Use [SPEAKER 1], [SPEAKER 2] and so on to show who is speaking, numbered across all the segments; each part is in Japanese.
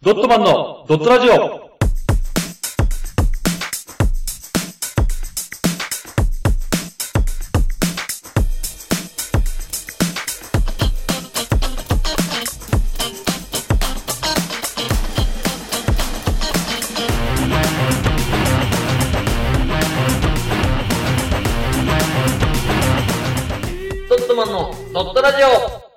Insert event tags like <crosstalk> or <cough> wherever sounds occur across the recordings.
[SPEAKER 1] ドットマンのドットラジオ
[SPEAKER 2] ドットマンのドットラジオ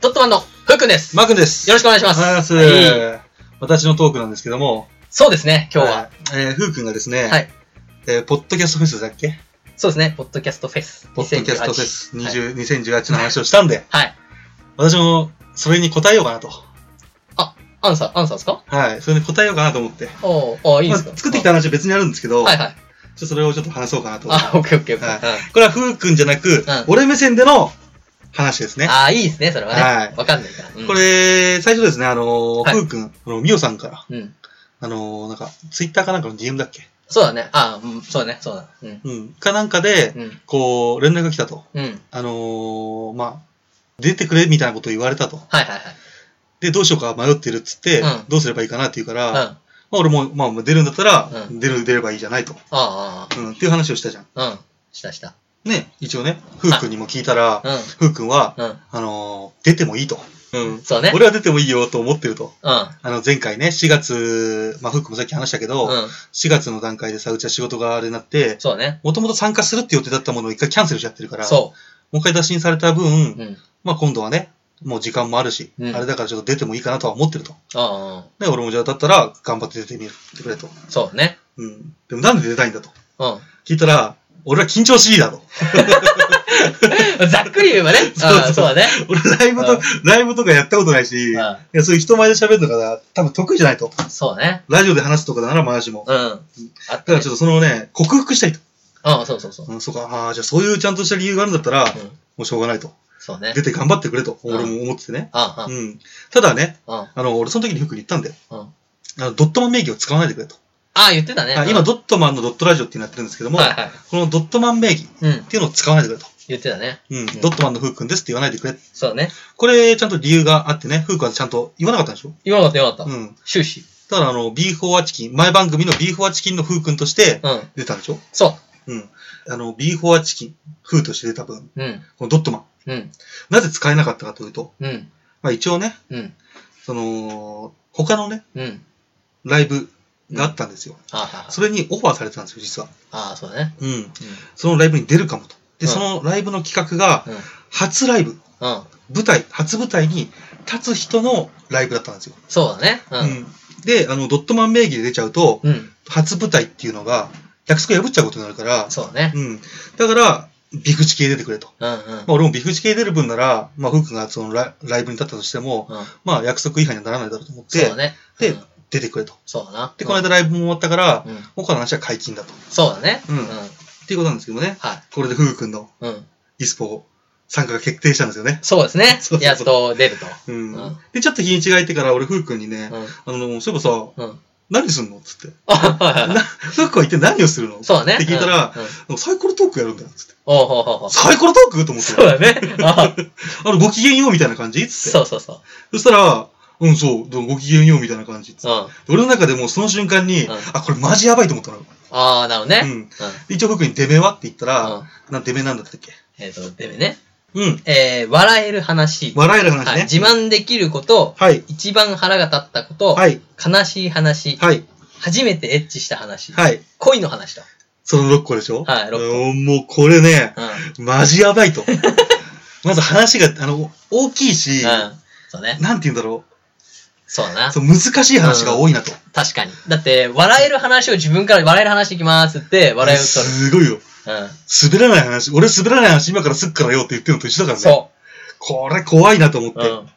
[SPEAKER 2] ドットマンのふうくんです。
[SPEAKER 3] マー君です。
[SPEAKER 2] よろしくお願いし
[SPEAKER 3] お
[SPEAKER 2] ます。
[SPEAKER 3] はようござい
[SPEAKER 2] は
[SPEAKER 3] ます。私のトークなんですけども、
[SPEAKER 2] そうですね、今日は。
[SPEAKER 3] い。えー、ふうくんがですね、
[SPEAKER 2] はい
[SPEAKER 3] えーポッドキャストフェスだっけ
[SPEAKER 2] そうですね、ポッドキャストフェス。
[SPEAKER 3] ポッドキャストフェス
[SPEAKER 2] 2018
[SPEAKER 3] 20 2018の話をしたんで、
[SPEAKER 2] はい。はい。
[SPEAKER 3] 私もそれに答えようかなと。
[SPEAKER 2] アンサー、アンサーですか
[SPEAKER 3] はい。それに答えようかなと思って。
[SPEAKER 2] おー、あーいいん
[SPEAKER 3] ま
[SPEAKER 2] で
[SPEAKER 3] あ、
[SPEAKER 2] すか、
[SPEAKER 3] 作ってきた話は別にあるんですけど、
[SPEAKER 2] はい
[SPEAKER 3] ちょ
[SPEAKER 2] はい。
[SPEAKER 3] っとそれをちょっと話そうかなと。
[SPEAKER 2] あ、オッケーオッケーオッケー。
[SPEAKER 3] はこれはふうくんじゃなく、俺目線での話ですね。
[SPEAKER 2] あー、いいですね、それはね。
[SPEAKER 3] はい
[SPEAKER 2] わかんないから。うん
[SPEAKER 3] こ、れ、最初ですね、あのー
[SPEAKER 2] はい
[SPEAKER 3] ふうくん、あの、みおさんから、
[SPEAKER 2] うん。
[SPEAKER 3] あのーなんか、ツイッターかなんかの DM だっけ
[SPEAKER 2] そうだね。あー、うん、そうだね、そうだ。うん。
[SPEAKER 3] うん。かなんかで、
[SPEAKER 2] うん。
[SPEAKER 3] こう、連絡が来たと。
[SPEAKER 2] うん。
[SPEAKER 3] あのーまあ、出てくれみたいなことを言われたと。
[SPEAKER 2] はいはいはい。
[SPEAKER 3] で、どうしようか迷ってるっつって、
[SPEAKER 2] うん
[SPEAKER 3] どうすればいいかなって言うから、
[SPEAKER 2] うん
[SPEAKER 3] ま。あ俺も、まあ出るんだったら、
[SPEAKER 2] うん
[SPEAKER 3] 出る、出ればいいじゃないと。
[SPEAKER 2] ああ
[SPEAKER 3] うん、っていう話をしたじゃん。
[SPEAKER 2] ああ、うん。したした。
[SPEAKER 3] ね、一応ね、ふうくんにも聞いたら、
[SPEAKER 2] う
[SPEAKER 3] ふうくんは、
[SPEAKER 2] ん。うん。
[SPEAKER 3] あのー出てもいいと。うん。
[SPEAKER 2] そうね。
[SPEAKER 3] 俺は出てもいいよと思ってると。
[SPEAKER 2] うん。
[SPEAKER 3] あの、前回ね、4月、まあ、ふうくんもさっき話したけど、
[SPEAKER 2] うん。
[SPEAKER 3] 4月の段階でさ、うちは仕事があれになって、
[SPEAKER 2] そうね。
[SPEAKER 3] もともと参加するって予定だったものを一回キャンセルしちゃってるから、も
[SPEAKER 2] そう
[SPEAKER 3] 一回打診された分、
[SPEAKER 2] う。うん。
[SPEAKER 3] まあ今度はね、もう時間もあるし、
[SPEAKER 2] うん
[SPEAKER 3] あれだからちょっと出てもいいかなとは思ってると。
[SPEAKER 2] あ
[SPEAKER 3] ね、俺もじゃあだったら頑張って出てみるってくれと。
[SPEAKER 2] あ、そうね。
[SPEAKER 3] うん。でもなんで出たいんだと。
[SPEAKER 2] う
[SPEAKER 3] 聞いたら、俺は緊張しいだと。 <laughs>
[SPEAKER 2] ん。ざっくり言えばね。
[SPEAKER 3] そうそう
[SPEAKER 2] ああそうだね。
[SPEAKER 3] 俺ライブ
[SPEAKER 2] う
[SPEAKER 3] と、ライブとかやったことないし、い
[SPEAKER 2] あ
[SPEAKER 3] やそういう人前で喋るのが多分得意じゃないと。
[SPEAKER 2] あそうね。
[SPEAKER 3] ラジオで話すとかならまだしも。
[SPEAKER 2] うん。あっ
[SPEAKER 3] だか
[SPEAKER 2] たね
[SPEAKER 3] らちょっとそのね、克服したいと。
[SPEAKER 2] ああ、そうそうそう。
[SPEAKER 3] うん、そうか、ああ、じゃあそういうちゃんとした理由があるんだったら、
[SPEAKER 2] うん
[SPEAKER 3] もうしょうがないと。
[SPEAKER 2] そうね
[SPEAKER 3] 出。て頑張ってくれと、
[SPEAKER 2] うん
[SPEAKER 3] 俺も思っててね。
[SPEAKER 2] あ
[SPEAKER 3] うん。ただね、
[SPEAKER 2] あ、あ
[SPEAKER 3] あの、俺その時に服に言ったんで、
[SPEAKER 2] あ、うん。
[SPEAKER 3] あのドットマン名義を使わないでくれと。
[SPEAKER 2] ああ、言ってたね
[SPEAKER 3] あ。今、ドットマンのドットラジオってなってるんですけど
[SPEAKER 2] も
[SPEAKER 3] も、
[SPEAKER 2] はいはい。
[SPEAKER 3] このドットマン名義っ
[SPEAKER 2] うん。
[SPEAKER 3] ていうのを使わないでくれと。
[SPEAKER 2] 言ってたね。
[SPEAKER 3] うん。
[SPEAKER 2] ん
[SPEAKER 3] ドットマンのふうくんですって言わないでくれ。
[SPEAKER 2] そうね。
[SPEAKER 3] これ、ちゃんと理由があってね、ふうくんはちゃんと言わなかったんでしょ
[SPEAKER 2] 言わなかった言わなか
[SPEAKER 3] う
[SPEAKER 2] った。
[SPEAKER 3] ん。
[SPEAKER 2] 終始。
[SPEAKER 3] だから、あの、ビーフォアチキン、前番組のビーフォアチキンのふうくんとして
[SPEAKER 2] うん。
[SPEAKER 3] 出たんでしょ
[SPEAKER 2] そ
[SPEAKER 3] うん。あの、ビーフォアチキン、ふうとして出た分、
[SPEAKER 2] う。うん。
[SPEAKER 3] このドットマン、
[SPEAKER 2] うん。
[SPEAKER 3] なぜ使えなかったかというと、
[SPEAKER 2] うん。
[SPEAKER 3] まあ一応ね、
[SPEAKER 2] うん。
[SPEAKER 3] その、他のね、
[SPEAKER 2] うん。
[SPEAKER 3] ライブがあったんですよ。
[SPEAKER 2] ああ、
[SPEAKER 3] それにオファーされてたんですよ、実は。
[SPEAKER 2] ああ、そうだね。
[SPEAKER 3] うん。
[SPEAKER 2] うん。
[SPEAKER 3] そのライブに出るかもと。
[SPEAKER 2] う
[SPEAKER 3] で、
[SPEAKER 2] ん
[SPEAKER 3] そのライブの企画が、
[SPEAKER 2] うん。
[SPEAKER 3] 初ライブ、
[SPEAKER 2] うん。
[SPEAKER 3] 舞台、初舞台に立つ人のライブだったんですよ。
[SPEAKER 2] そうだね。
[SPEAKER 3] うで、あの、ドットマン名義で出ちゃうと、
[SPEAKER 2] うん。うん。
[SPEAKER 3] 初舞台っていうのが、約束破っちゃうことになるから、
[SPEAKER 2] そうだね。
[SPEAKER 3] うん。だから、ビクチ系出てくれと。
[SPEAKER 2] うんうん。
[SPEAKER 3] まあ、俺もビクチ系出る分なら、まあ、フー君がそのラライブに立ったとしても、
[SPEAKER 2] うん
[SPEAKER 3] まあ、約束違反にはならないだろうと思っ
[SPEAKER 2] そう
[SPEAKER 3] て、
[SPEAKER 2] だね。
[SPEAKER 3] で
[SPEAKER 2] うん、
[SPEAKER 3] 出てくれと。
[SPEAKER 2] そうだな。
[SPEAKER 3] で、この間ライブも終わったから、
[SPEAKER 2] うん、うん
[SPEAKER 3] 他の話は解禁だと。
[SPEAKER 2] そうだね。
[SPEAKER 3] うん
[SPEAKER 2] はい。
[SPEAKER 3] っていうことなんですけどもね、これでフー君の
[SPEAKER 2] うん。
[SPEAKER 3] イスポ参加が決定したんですよね。
[SPEAKER 2] そうですね
[SPEAKER 3] <laughs> そうそうそう。
[SPEAKER 2] やっと出ると。
[SPEAKER 3] うん
[SPEAKER 2] うん
[SPEAKER 3] で、ちょっと日にちが空いてから、俺、ふうくんにね、
[SPEAKER 2] う
[SPEAKER 3] あの、そういえばさ、
[SPEAKER 2] ん。うん。
[SPEAKER 3] 何すんのつって。
[SPEAKER 2] あはいはい
[SPEAKER 3] なふうくんは一体何をする
[SPEAKER 2] <laughs>
[SPEAKER 3] の
[SPEAKER 2] そうだね。
[SPEAKER 3] って聞いたら、
[SPEAKER 2] うん、うん
[SPEAKER 3] サイコロトークやるんだよ。つって。
[SPEAKER 2] おうほうほうほう。
[SPEAKER 3] サイコロトークと思って
[SPEAKER 2] そう。だね。あ
[SPEAKER 3] あの、ご機嫌ようみたいな感じつって。
[SPEAKER 2] そうそうそう。
[SPEAKER 3] そしたら、うん、そう、でもご機嫌ようみたいな感じつって。
[SPEAKER 2] うん。
[SPEAKER 3] 俺の中でもうその瞬間に、
[SPEAKER 2] うん
[SPEAKER 3] あ、これマジやばいと思ったの。
[SPEAKER 2] ああ、なるほど
[SPEAKER 3] う
[SPEAKER 2] ね。
[SPEAKER 3] ん。
[SPEAKER 2] うん。
[SPEAKER 3] で一応、ふうくんにデメはって言ったら、
[SPEAKER 2] うん
[SPEAKER 3] なんデメなんだったっけ
[SPEAKER 2] えっ、と、でもね、
[SPEAKER 3] うん。
[SPEAKER 2] えー、笑える話。
[SPEAKER 3] 笑える話ね。
[SPEAKER 2] はい。自慢できること、
[SPEAKER 3] はい。
[SPEAKER 2] 一番腹が立ったこと、
[SPEAKER 3] はい。
[SPEAKER 2] 悲しい話、
[SPEAKER 3] はい。
[SPEAKER 2] 初めてエッチした話、
[SPEAKER 3] はい。
[SPEAKER 2] 恋の話と。
[SPEAKER 3] その6個でしょ
[SPEAKER 2] はい6個
[SPEAKER 3] うんもうこれね、
[SPEAKER 2] うん。うん。
[SPEAKER 3] マジやば
[SPEAKER 2] <laughs>
[SPEAKER 3] いと。まず話が、あの、大きいし、
[SPEAKER 2] そうね。
[SPEAKER 3] なんて言うんだろ
[SPEAKER 2] そうだな
[SPEAKER 3] う。。そう、難しい話が多いなと。
[SPEAKER 2] 確かに。だって、笑える話を自分から笑える話いきますって、笑いを取
[SPEAKER 3] すごいよ。
[SPEAKER 2] る。うん。
[SPEAKER 3] 滑らない話、俺滑らない話今からすっからよって言ってるのと一緒だからね。
[SPEAKER 2] そ
[SPEAKER 3] これ怖いなと思っ
[SPEAKER 2] う。うん。う
[SPEAKER 3] て。
[SPEAKER 2] ん。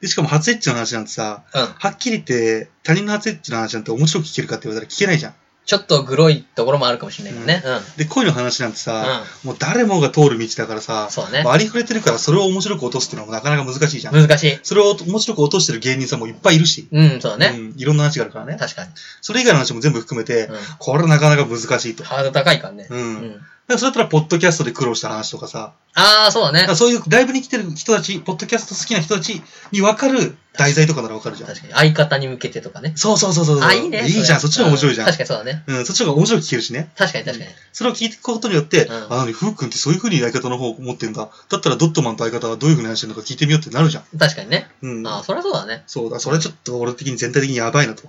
[SPEAKER 3] で、しかも初エッチの話なんてさ、はっきり言って、他人の初エッチの話なんて面白く聞けるかって言われたら聞けないじゃん。
[SPEAKER 2] ちょっとグロいところもあるかもしれないけどね。うん。
[SPEAKER 3] で、恋の話なんてさ、もう誰もが通る道だからさ、
[SPEAKER 2] そうね
[SPEAKER 3] まあありふれてるからそれを面白く落とすっていうのもなかなか難しいじゃん。
[SPEAKER 2] 難しい。
[SPEAKER 3] それを面白く落としてる芸人さんもいっぱいいるし、
[SPEAKER 2] うん、そうだね。
[SPEAKER 3] うんいろんな話があるからね。
[SPEAKER 2] 確かに。
[SPEAKER 3] それ以外の話も全部含めて、
[SPEAKER 2] うん
[SPEAKER 3] これはなかなか難しいと。
[SPEAKER 2] ハードル高いからね。
[SPEAKER 3] う。
[SPEAKER 2] うん
[SPEAKER 3] だからそれだったら、ポッドキャストで苦労した話とかさ、
[SPEAKER 2] ああ、そうだ
[SPEAKER 3] だ
[SPEAKER 2] ね
[SPEAKER 3] か。らそういうライブに来てる人たち、ポッドキャスト好きな人たちに分かる題材とかなら分かるじゃん。
[SPEAKER 2] 確かに。相方に向けてとかね。
[SPEAKER 3] そうそうそうそうそう。
[SPEAKER 2] あ、いいね。
[SPEAKER 3] いいじゃん、そっちの方が面白いじゃん。
[SPEAKER 2] う確かにそうだね。
[SPEAKER 3] うん、そっちの方が面白く聞けるしね。
[SPEAKER 2] 確かに確かに。
[SPEAKER 3] それを聞いていくことによって、
[SPEAKER 2] うん
[SPEAKER 3] あ、なに、ふうくんってそういう風に相方の方を持ってんだ。だったらドットマンと相方はどういう風に話してるのか聞いてみようってなるじゃん。
[SPEAKER 2] 確かにね。
[SPEAKER 3] うん。
[SPEAKER 2] ああ、そりゃそうだね。
[SPEAKER 3] そうだ、それはちょっと俺的に全体的にやばい
[SPEAKER 2] <laughs>
[SPEAKER 3] なと。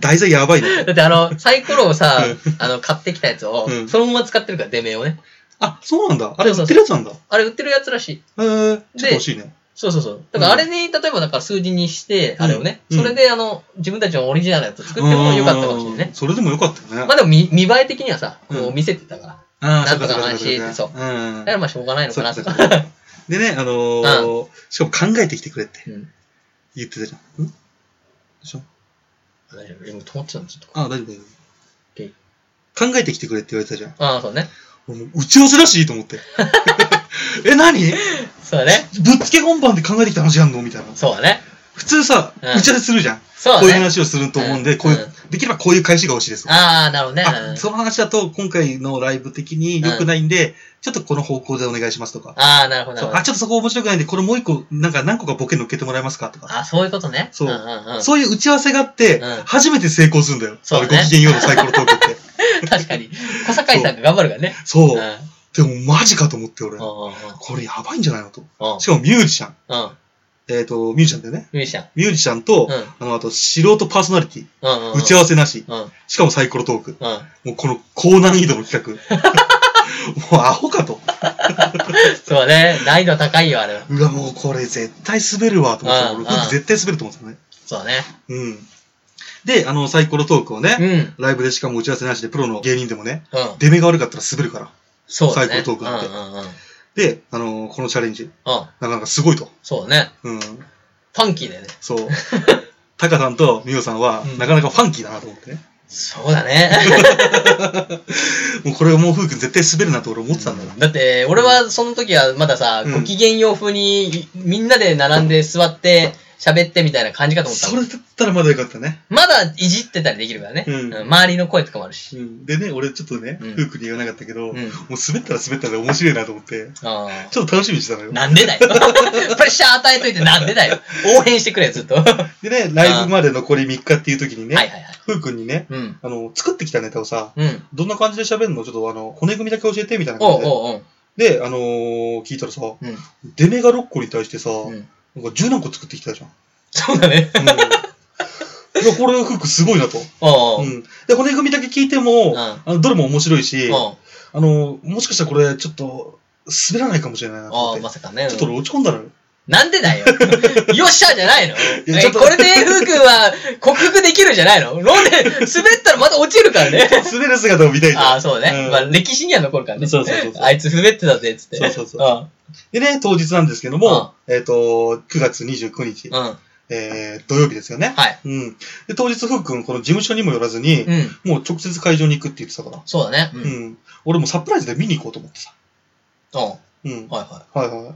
[SPEAKER 3] 題材やばいなと。
[SPEAKER 2] だってあの、サイコロをさ
[SPEAKER 3] うん、
[SPEAKER 2] あの、買ってきたやつを
[SPEAKER 3] う、ん
[SPEAKER 2] そのまま使ってるから、出目をね。
[SPEAKER 3] あ、そうなんだ。あれ
[SPEAKER 2] そうそう
[SPEAKER 3] 売ってるやつなんだ。へ
[SPEAKER 2] あれ売ってるやつらしい。
[SPEAKER 3] えー、ちょっと
[SPEAKER 2] で
[SPEAKER 3] 欲しいね。
[SPEAKER 2] そうそうそう。だからあれに、例えばだから数字にして、
[SPEAKER 3] うん
[SPEAKER 2] あれをね、
[SPEAKER 3] うん
[SPEAKER 2] それであの、自分たちのオリジナルのやつ作ってもよかったかもしれない
[SPEAKER 3] うんうんうん
[SPEAKER 2] ね。
[SPEAKER 3] それでもよかったよ
[SPEAKER 2] ま
[SPEAKER 3] ね。
[SPEAKER 2] あでも見見栄え的にはさ、
[SPEAKER 3] うん
[SPEAKER 2] こう見せてたから。
[SPEAKER 3] ああ、
[SPEAKER 2] なんとか
[SPEAKER 3] そう
[SPEAKER 2] 安心
[SPEAKER 3] か
[SPEAKER 2] そう
[SPEAKER 3] かうん
[SPEAKER 2] だからまあしょうがないのかな
[SPEAKER 3] そう
[SPEAKER 2] と
[SPEAKER 3] か
[SPEAKER 2] か。
[SPEAKER 3] そうかでね、あのー、しかも考えてきてくれって
[SPEAKER 2] うん。
[SPEAKER 3] 言ってたじゃん。んでしょ
[SPEAKER 2] 大丈夫。今止まってたんですよ。
[SPEAKER 3] あ、大丈夫大丈
[SPEAKER 2] オッケ
[SPEAKER 3] 夫。考えてきてくれって言われてたじゃん。
[SPEAKER 2] ああ、そうね。
[SPEAKER 3] 俺もう打ち合わせだしと
[SPEAKER 2] <laughs>
[SPEAKER 3] 思って。え、何ぶ
[SPEAKER 2] そうだね。
[SPEAKER 3] っつけ本番で考えてきた話やんのみたいな。
[SPEAKER 2] そうだね。
[SPEAKER 3] 普通さ、
[SPEAKER 2] うん
[SPEAKER 3] 打ち合わせするじゃん。
[SPEAKER 2] そうだ
[SPEAKER 3] こう
[SPEAKER 2] ね。
[SPEAKER 3] いう話をすると思うんで、
[SPEAKER 2] うん
[SPEAKER 3] こういう
[SPEAKER 2] うん、
[SPEAKER 3] できればこういう返しが欲しいです。
[SPEAKER 2] ああ、なるほどね。う
[SPEAKER 3] あ
[SPEAKER 2] ん
[SPEAKER 3] その話だと、今回のライブ的に良くないんで、ちょっとこの方向でお願いしますとか。
[SPEAKER 2] ああ、なるほど。な
[SPEAKER 3] そ
[SPEAKER 2] る
[SPEAKER 3] う
[SPEAKER 2] ほど
[SPEAKER 3] あ、ちょっとそこ面白くないんで、これもう一個、なんか何個かボケ乗っけてもらえますかとか。
[SPEAKER 2] あ、そういうことね。
[SPEAKER 3] そうん
[SPEAKER 2] うんうん。
[SPEAKER 3] そういう打ち合わせがあって
[SPEAKER 2] うん、
[SPEAKER 3] 初めて成功するんだよ。
[SPEAKER 2] そう
[SPEAKER 3] あ
[SPEAKER 2] ね
[SPEAKER 3] れご機嫌ようのサイコロトーク
[SPEAKER 2] <laughs>
[SPEAKER 3] って。
[SPEAKER 2] 確かに。小堺さんが頑張るからね。。。
[SPEAKER 3] そううんでもマジかと思って、俺。
[SPEAKER 2] うんうんうん
[SPEAKER 3] これやばいんじゃないのと。
[SPEAKER 2] うん
[SPEAKER 3] しかもミュージシャン。
[SPEAKER 2] うん。
[SPEAKER 3] えっと、ミュージシャンだよね。
[SPEAKER 2] ミュージシャン。
[SPEAKER 3] ミュージシャンと
[SPEAKER 2] うん、
[SPEAKER 3] あの、あと、素人パーソナリティ。
[SPEAKER 2] うんうんうん。
[SPEAKER 3] 打ち合わせなし。
[SPEAKER 2] うん。うん。
[SPEAKER 3] しかもサイコロトーク。もうこの高難易度の企
[SPEAKER 2] <laughs>
[SPEAKER 3] 画。もうアホかと。
[SPEAKER 2] そうだね。難易度高いよ、あれは。
[SPEAKER 3] うわ、もうこれ絶対滑るわ、と思ってた。
[SPEAKER 2] うん
[SPEAKER 3] 俺、僕
[SPEAKER 2] うん
[SPEAKER 3] 絶対滑ると思ってたね。
[SPEAKER 2] そうだね。
[SPEAKER 3] うん。で、あの、サイコロトークをね、
[SPEAKER 2] うん。
[SPEAKER 3] ライブでしかも打ち合わせなしで、プロの芸人でもね、
[SPEAKER 2] うん。
[SPEAKER 3] 出目が悪かったら滑るから。
[SPEAKER 2] そうだね。
[SPEAKER 3] 最高トークだって
[SPEAKER 2] うんうんうん。うん。
[SPEAKER 3] で、あのこのチャレンジ、なかなかすごいと。
[SPEAKER 2] そうだね。
[SPEAKER 3] うん。
[SPEAKER 2] ファンキーだよね。 <laughs>
[SPEAKER 3] そう。タカさんとミオさんは、
[SPEAKER 2] うん
[SPEAKER 3] なかなかファンキーだなと思ってね。
[SPEAKER 2] そうだ
[SPEAKER 3] <laughs>
[SPEAKER 2] ね。
[SPEAKER 3] もうこれもうふうくん絶対滑るなと俺思ってたんだよ。
[SPEAKER 2] だって、俺はその時はまださ、
[SPEAKER 3] うん
[SPEAKER 2] ご機嫌用風に、みんなで並んで座って、喋ってみたいな感じかと思った
[SPEAKER 3] そ
[SPEAKER 2] もん
[SPEAKER 3] れだったらまだよかったね。
[SPEAKER 2] まだいじってたりできるからね。
[SPEAKER 3] うん
[SPEAKER 2] 周りの声とかもあるし。
[SPEAKER 3] うん、でね、俺ちょっとね、
[SPEAKER 2] うん
[SPEAKER 3] フークに言わなかったけど、
[SPEAKER 2] うん
[SPEAKER 3] もう滑ったら滑ったら面白いなと思って、
[SPEAKER 2] ああ。
[SPEAKER 3] ちょっと楽しみにしてたのよ。
[SPEAKER 2] なんで
[SPEAKER 3] <laughs>
[SPEAKER 2] だよ。プレッシャー与えといてなんでだよ。応援してくれよ、ずっと。はい
[SPEAKER 3] でね、ライブまで残り3日っていう時にね、
[SPEAKER 2] はいはい。
[SPEAKER 3] フーくんにね、
[SPEAKER 2] うん。
[SPEAKER 3] あの、作ってきたネタをさ、
[SPEAKER 2] うん。
[SPEAKER 3] どんな感じで喋るのちょっとあの、骨組みだけ教えてみたいな
[SPEAKER 2] お
[SPEAKER 3] 感
[SPEAKER 2] う
[SPEAKER 3] じ
[SPEAKER 2] おう
[SPEAKER 3] で。で、あのー聞いたらさ、
[SPEAKER 2] おう。うん。
[SPEAKER 3] デメガ6個に対してさ、
[SPEAKER 2] うん
[SPEAKER 3] なんか10何個作ってきたじゃん。
[SPEAKER 2] そうだね。
[SPEAKER 3] うん、いや、これフークすごいなと。
[SPEAKER 2] おうお
[SPEAKER 3] う
[SPEAKER 2] う。
[SPEAKER 3] ん、で、骨組みだけ聞いて
[SPEAKER 2] う
[SPEAKER 3] も、
[SPEAKER 2] ん
[SPEAKER 3] あのどれも面白いし、
[SPEAKER 2] おう
[SPEAKER 3] あのーもしかしたらこれちょっと滑らないかもしれないなと思っ
[SPEAKER 2] お
[SPEAKER 3] て
[SPEAKER 2] う、まさかね。
[SPEAKER 3] ちょっと俺落ち込んだのよ。 <laughs>
[SPEAKER 2] なんでだよ。 <laughs> よっしゃじゃないの
[SPEAKER 3] やちょ
[SPEAKER 2] え
[SPEAKER 3] っと
[SPEAKER 2] これでふうくんは克服できるじゃないのなんで滑ったらまた落ちるから
[SPEAKER 3] <laughs>
[SPEAKER 2] ね。
[SPEAKER 3] 滑る姿を見たいと。
[SPEAKER 2] ああ、そうね。
[SPEAKER 3] うん
[SPEAKER 2] まあ歴史には残るからね。
[SPEAKER 3] そうそうそ
[SPEAKER 2] <laughs>
[SPEAKER 3] うそう
[SPEAKER 2] あいつ滑ってたぜ、つって。
[SPEAKER 3] そうそうそう
[SPEAKER 2] そ
[SPEAKER 3] でね、当日なんですけども、えっ、と、9月29日、
[SPEAKER 2] うん。うん。
[SPEAKER 3] えー、土曜日ですよね。
[SPEAKER 2] はい。
[SPEAKER 3] うん。で、当日、ふうくん、この事務所にも寄らずに、
[SPEAKER 2] うん。
[SPEAKER 3] もう直接会場に行くって言ってたから。
[SPEAKER 2] そうだね。う。
[SPEAKER 3] うんん。俺もサプライズで見に行こうと思ってさ。
[SPEAKER 2] おう
[SPEAKER 3] うん。
[SPEAKER 2] はいは
[SPEAKER 3] はいはい。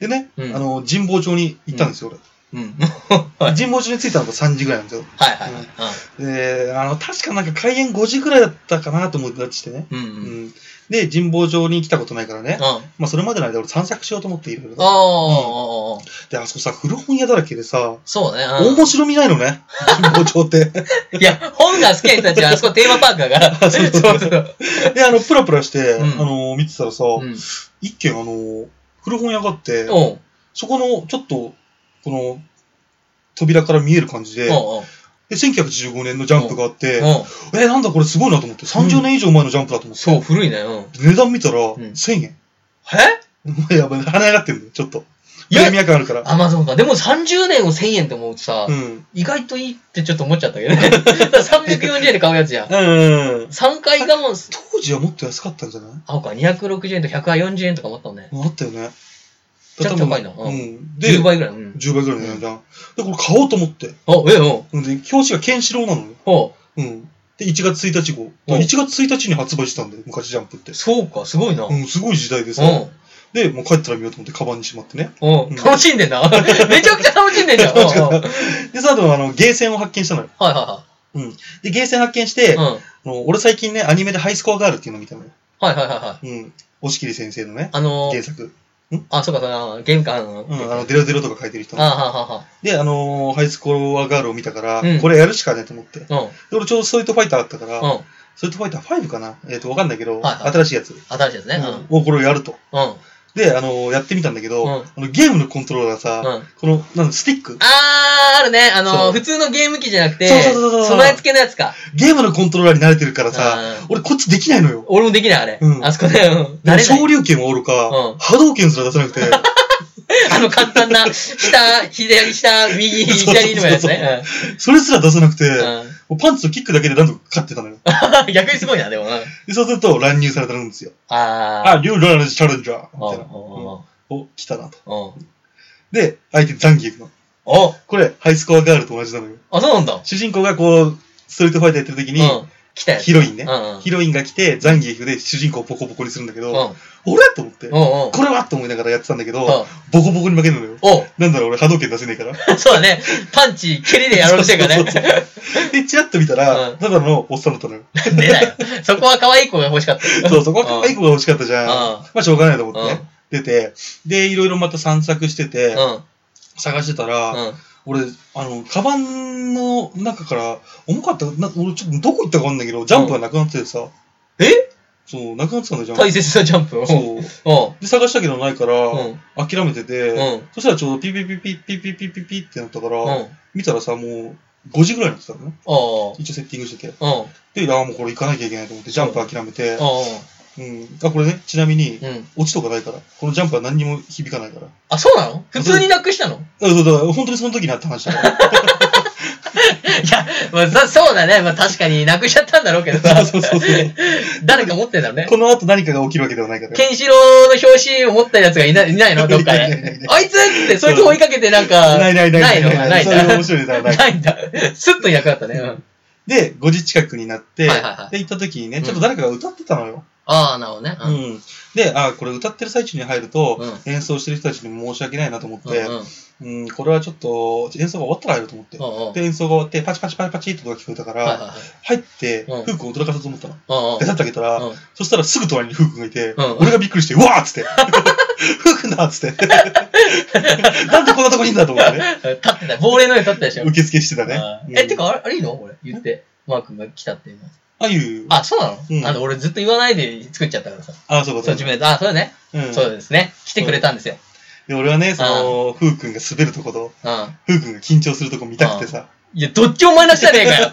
[SPEAKER 3] でね、
[SPEAKER 2] うん
[SPEAKER 3] あの、神保町に行ったんですよ、
[SPEAKER 2] い。うん。 <laughs>
[SPEAKER 3] 俺。
[SPEAKER 2] はい
[SPEAKER 3] 神保町に着いたのが3時ぐらいなんですよ。
[SPEAKER 2] はいはいはい。
[SPEAKER 3] で、あの、確かなんか開演5時ぐらいだったかなと思ってたしてね。
[SPEAKER 2] うん。うん
[SPEAKER 3] う
[SPEAKER 2] うん。
[SPEAKER 3] ん。で、神保町に来たことないからね。
[SPEAKER 2] うん。
[SPEAKER 3] まあ、それまでの間俺散策しようと思っている
[SPEAKER 2] ああ、
[SPEAKER 3] で、あそこさ、古本屋だらけでさ、
[SPEAKER 2] そうね。うん
[SPEAKER 3] 面白みない
[SPEAKER 2] <laughs>
[SPEAKER 3] のね。神保町って。
[SPEAKER 2] いや、本が好きな人たちはあそこテーマパークだから。そうそうそう。
[SPEAKER 3] で、あの、プラプラして、
[SPEAKER 2] うん
[SPEAKER 3] あの、見てたらさ、
[SPEAKER 2] <laughs> うん。
[SPEAKER 3] 一軒あの、古本屋があって、
[SPEAKER 2] おう
[SPEAKER 3] そこの、ちょっと、この、扉から見える感じで、
[SPEAKER 2] おうおう
[SPEAKER 3] で、1915年のジャンプがあって、
[SPEAKER 2] おう
[SPEAKER 3] え、なんだこれすごいなと思って、30年以上前のジャンプだと思って。
[SPEAKER 2] そう、古いね。うん。
[SPEAKER 3] 値段見たら、
[SPEAKER 2] ん
[SPEAKER 3] 1000円。 <laughs>
[SPEAKER 2] え
[SPEAKER 3] やばい、跳ね上がってるのちょっと。
[SPEAKER 2] い
[SPEAKER 3] プ
[SPEAKER 2] や
[SPEAKER 3] レミア感あるから。
[SPEAKER 2] アマゾンか。でも30年を1000円って思うとさ
[SPEAKER 3] う、ん。
[SPEAKER 2] 意外といいってちょっと思っちゃったけどね。だ <laughs> から340円で買うやつじゃん。
[SPEAKER 3] うん。
[SPEAKER 2] 3回我慢す。
[SPEAKER 3] 当時はもっと安かったんじゃない
[SPEAKER 2] あ、ほか、260円と140円とかもあったもんね。
[SPEAKER 3] あったよね。
[SPEAKER 2] ちょっと高いな
[SPEAKER 3] 多分
[SPEAKER 2] う
[SPEAKER 3] うん。で、
[SPEAKER 2] 10倍ぐらい。うん。
[SPEAKER 3] 10倍ぐらいの値段じゃん。で、これ買おうと思って。
[SPEAKER 2] あ、ええ、うん。
[SPEAKER 3] で、表紙がケンシロウなのよ。
[SPEAKER 2] おう
[SPEAKER 3] うん。で、1月1日号。だから
[SPEAKER 2] お
[SPEAKER 3] 1月1日に発売してたんで、昔ジャンプって。
[SPEAKER 2] そうか、すごいな。う。
[SPEAKER 3] うんん、すごい時代でさ。で、もう帰ったら見ようと思って、カバンにしまってね。
[SPEAKER 2] うん。楽しんでんな。 <laughs> めちゃくちゃ <laughs> 楽しんでんじゃん。うんうんはい
[SPEAKER 3] で、さ、あと、あの、ゲーセンを発見したのよ。
[SPEAKER 2] は
[SPEAKER 3] で、ゲーセン発見し
[SPEAKER 2] いは
[SPEAKER 3] て、
[SPEAKER 2] い。うん。はい
[SPEAKER 3] あの俺最近ね、アニメでハイスコアガールっていうの見たのよ。
[SPEAKER 2] はいはいはい。
[SPEAKER 3] うん。押切先生のね、
[SPEAKER 2] あの
[SPEAKER 3] 原
[SPEAKER 2] ー、
[SPEAKER 3] 作。
[SPEAKER 2] あ、そうか、そうか、玄関の。
[SPEAKER 3] うん、あの、デロデロとか書いてる人の
[SPEAKER 2] あは
[SPEAKER 3] で、あのーハイスコアガールを見たから、
[SPEAKER 2] うん
[SPEAKER 3] これやるしかねえと思って。で、
[SPEAKER 2] はは。うん。
[SPEAKER 3] 俺ちょうどストリートファイターあったから、
[SPEAKER 2] うん。
[SPEAKER 3] ストリートファイター5かなえっ、と、わかんないけど、
[SPEAKER 2] はいはい
[SPEAKER 3] 新しいやつ。
[SPEAKER 2] 新しいですね。うん。
[SPEAKER 3] うん、をこれをやると。
[SPEAKER 2] うん。
[SPEAKER 3] で、あのーやってみたんだけど、
[SPEAKER 2] うん
[SPEAKER 3] あのゲームのコントローラーさ、
[SPEAKER 2] うん
[SPEAKER 3] この、なんだスティック
[SPEAKER 2] あー、あるね。あ
[SPEAKER 3] そ
[SPEAKER 2] の
[SPEAKER 3] う
[SPEAKER 2] ー、普通のゲーム機じゃなくて、
[SPEAKER 3] そうそうそうそうそう
[SPEAKER 2] 備え付けのやつか。
[SPEAKER 3] ゲームのコントローラーに慣れてるからさ、
[SPEAKER 2] うん
[SPEAKER 3] 俺こっちできないのよ。
[SPEAKER 2] 俺もできない、あれ。
[SPEAKER 3] うん
[SPEAKER 2] あそこね、うん。慣れない
[SPEAKER 3] 昇竜拳はおるか、
[SPEAKER 2] うん
[SPEAKER 3] 波動拳すら出せなく
[SPEAKER 2] <laughs>
[SPEAKER 3] て、
[SPEAKER 2] あの簡単な、下、左、下、右、
[SPEAKER 3] そうそうそうそう
[SPEAKER 2] 左のやつね。
[SPEAKER 3] それすら出せなくて、
[SPEAKER 2] うん
[SPEAKER 3] もうパンチとキックだけでなんとか勝ってたのよ。 <laughs>
[SPEAKER 2] うん逆にすごいな、でも。うん
[SPEAKER 3] で、そうすると乱入されたんですよ。
[SPEAKER 2] あー。
[SPEAKER 3] あ、リュウラージチャレンジャーみ
[SPEAKER 2] お
[SPEAKER 3] た
[SPEAKER 2] う
[SPEAKER 3] いな。
[SPEAKER 2] おう
[SPEAKER 3] お、来たなと。
[SPEAKER 2] おう
[SPEAKER 3] で、相手ザンギーフの。
[SPEAKER 2] おう
[SPEAKER 3] これ、ハイスコアガールと同じなのよ。
[SPEAKER 2] あ、そうなんだ。
[SPEAKER 3] 主人公がこう、ストリートファイターやってる時に、
[SPEAKER 2] うん。来たやつ。
[SPEAKER 3] ヒロインね、
[SPEAKER 2] うんうん
[SPEAKER 3] ヒロインが来て、ザンギーフで主人公をボコボコにするんだけ
[SPEAKER 2] う
[SPEAKER 3] ど、
[SPEAKER 2] ん。
[SPEAKER 3] 俺
[SPEAKER 2] おう
[SPEAKER 3] と思って、こ
[SPEAKER 2] おう
[SPEAKER 3] れはと思いながらやってたんだけど、
[SPEAKER 2] うん
[SPEAKER 3] ボコボコに負けるのよ。
[SPEAKER 2] おう
[SPEAKER 3] なんだろう、俺波動拳出せねえ
[SPEAKER 2] <laughs>
[SPEAKER 3] から。
[SPEAKER 2] そうだね。パンチ、蹴りでやろうとしてるから
[SPEAKER 3] そうそう
[SPEAKER 2] ね。
[SPEAKER 3] で、チラッと見たら、
[SPEAKER 2] うん
[SPEAKER 3] ただのおっさんだっ
[SPEAKER 2] <laughs>
[SPEAKER 3] たのよ。
[SPEAKER 2] なんでだよ。そこは可愛い子が欲しかった。
[SPEAKER 3] そう、そこは可愛い子が欲しかったじゃん。
[SPEAKER 2] うん
[SPEAKER 3] まあ、しょうがないと思って
[SPEAKER 2] うん
[SPEAKER 3] ね。出て、で、いろいろまた散策してて、
[SPEAKER 2] う
[SPEAKER 3] 探してたら、
[SPEAKER 2] ん。うん。
[SPEAKER 3] 俺、あの、カバンの中から、重かった、な俺、ちょっとどこ行ったかわかんないけど、ジャンプがなくなっててさ、
[SPEAKER 2] え
[SPEAKER 3] そう、なくなってたんだよ、ジャンプ。
[SPEAKER 2] 大切なジャンプを。う
[SPEAKER 3] そう。
[SPEAKER 2] ん。
[SPEAKER 3] で、探したけどないから、
[SPEAKER 2] うん。
[SPEAKER 3] 諦めてて、
[SPEAKER 2] うん
[SPEAKER 3] そしたらちょうどピピピピピピピピピってなったから、
[SPEAKER 2] うん。
[SPEAKER 3] 見たらさ、もう5時ぐらいになってたのね。
[SPEAKER 2] ああ。
[SPEAKER 3] 一応セッティングしてて。
[SPEAKER 2] うん。うん。
[SPEAKER 3] で、ああ、もうこれ行かなきゃいけないと思って、ジャンプ諦めて、
[SPEAKER 2] う
[SPEAKER 3] うん。あ、これね、ちなみに、
[SPEAKER 2] んうん。
[SPEAKER 3] 落ちとかないから、このジャンプは何にも響かないから。
[SPEAKER 2] あ、そうなの普通になく <laughs> したの
[SPEAKER 3] だから、だから本当にその時にあった話だから。
[SPEAKER 2] <laughs> いや、まあ、そそうだね。まあ、確かになくしちゃったんだろうけどさ。
[SPEAKER 3] <laughs> そうそうそう。
[SPEAKER 2] <laughs> 誰か持ってんだろうね。
[SPEAKER 3] この後何かが起きるわけではないから。
[SPEAKER 2] ケンシロウの表紙を持ったやつがいないいない
[SPEAKER 3] <laughs>
[SPEAKER 2] のどっか
[SPEAKER 3] いないいない
[SPEAKER 2] で
[SPEAKER 3] いな。い
[SPEAKER 2] あいつって、そいつ追いかけてなんか。
[SPEAKER 3] ないないない
[SPEAKER 2] ないのないん
[SPEAKER 3] そういう
[SPEAKER 2] だ
[SPEAKER 3] 面。白いネタはな
[SPEAKER 2] <laughs>
[SPEAKER 3] い。
[SPEAKER 2] ないんだ。すっといなくなったね。うん
[SPEAKER 3] で、5時近くになって、
[SPEAKER 2] はいはいはい
[SPEAKER 3] で、行った時に
[SPEAKER 2] う
[SPEAKER 3] ね、
[SPEAKER 2] ん
[SPEAKER 3] ちょっと誰かが歌ってたのよ。
[SPEAKER 2] ああ、なるほどね。
[SPEAKER 3] うん。で、あこれ歌ってる最中に入ると、
[SPEAKER 2] う
[SPEAKER 3] 演奏してる人たちに申し訳ないなと思っ
[SPEAKER 2] うん。うん
[SPEAKER 3] て、うん、これはちょっと、演奏が終わったら入ると思って。
[SPEAKER 2] うん。うん。
[SPEAKER 3] で、演奏が終わって、パチパチパチパチって音が聞こえたか
[SPEAKER 2] はいはい
[SPEAKER 3] ら、
[SPEAKER 2] はい
[SPEAKER 3] 入って、
[SPEAKER 2] うん
[SPEAKER 3] フー君を驚かそうと思ったの。
[SPEAKER 2] うん
[SPEAKER 3] で、立ってあげたら、
[SPEAKER 2] うん。うん
[SPEAKER 3] そしたらすぐ隣にフー君がいて、
[SPEAKER 2] うん
[SPEAKER 3] 俺がびっくりして、うわーっつって、 <laughs> フー君だっつって、 <laughs> なんでこんなとこにいんだと思って
[SPEAKER 2] <laughs>
[SPEAKER 3] ね、
[SPEAKER 2] 立ってた。亡霊の上に立ってたでしょ。
[SPEAKER 3] 受付してたね
[SPEAKER 2] あ。
[SPEAKER 3] う
[SPEAKER 2] ー
[SPEAKER 3] ん
[SPEAKER 2] え、てか、あれ、あれいいのこれ。言って。マー君が来たっていうの。
[SPEAKER 3] あいう。
[SPEAKER 2] あ、そうなの、
[SPEAKER 3] うん
[SPEAKER 2] あの、俺ずっと言わないで作っちゃったからさ。
[SPEAKER 3] あ、そうか、
[SPEAKER 2] そう、自分で、あ、そうだね、
[SPEAKER 3] うん
[SPEAKER 2] そうですね。来てくれたんですよ。
[SPEAKER 3] で、俺はね、その、ふうくんが滑るとこと、
[SPEAKER 2] うん。
[SPEAKER 3] ふうくんが緊張するとこ見たくてさ、
[SPEAKER 2] いや、どっちもマイナスじゃねえか
[SPEAKER 3] <laughs>
[SPEAKER 2] よ。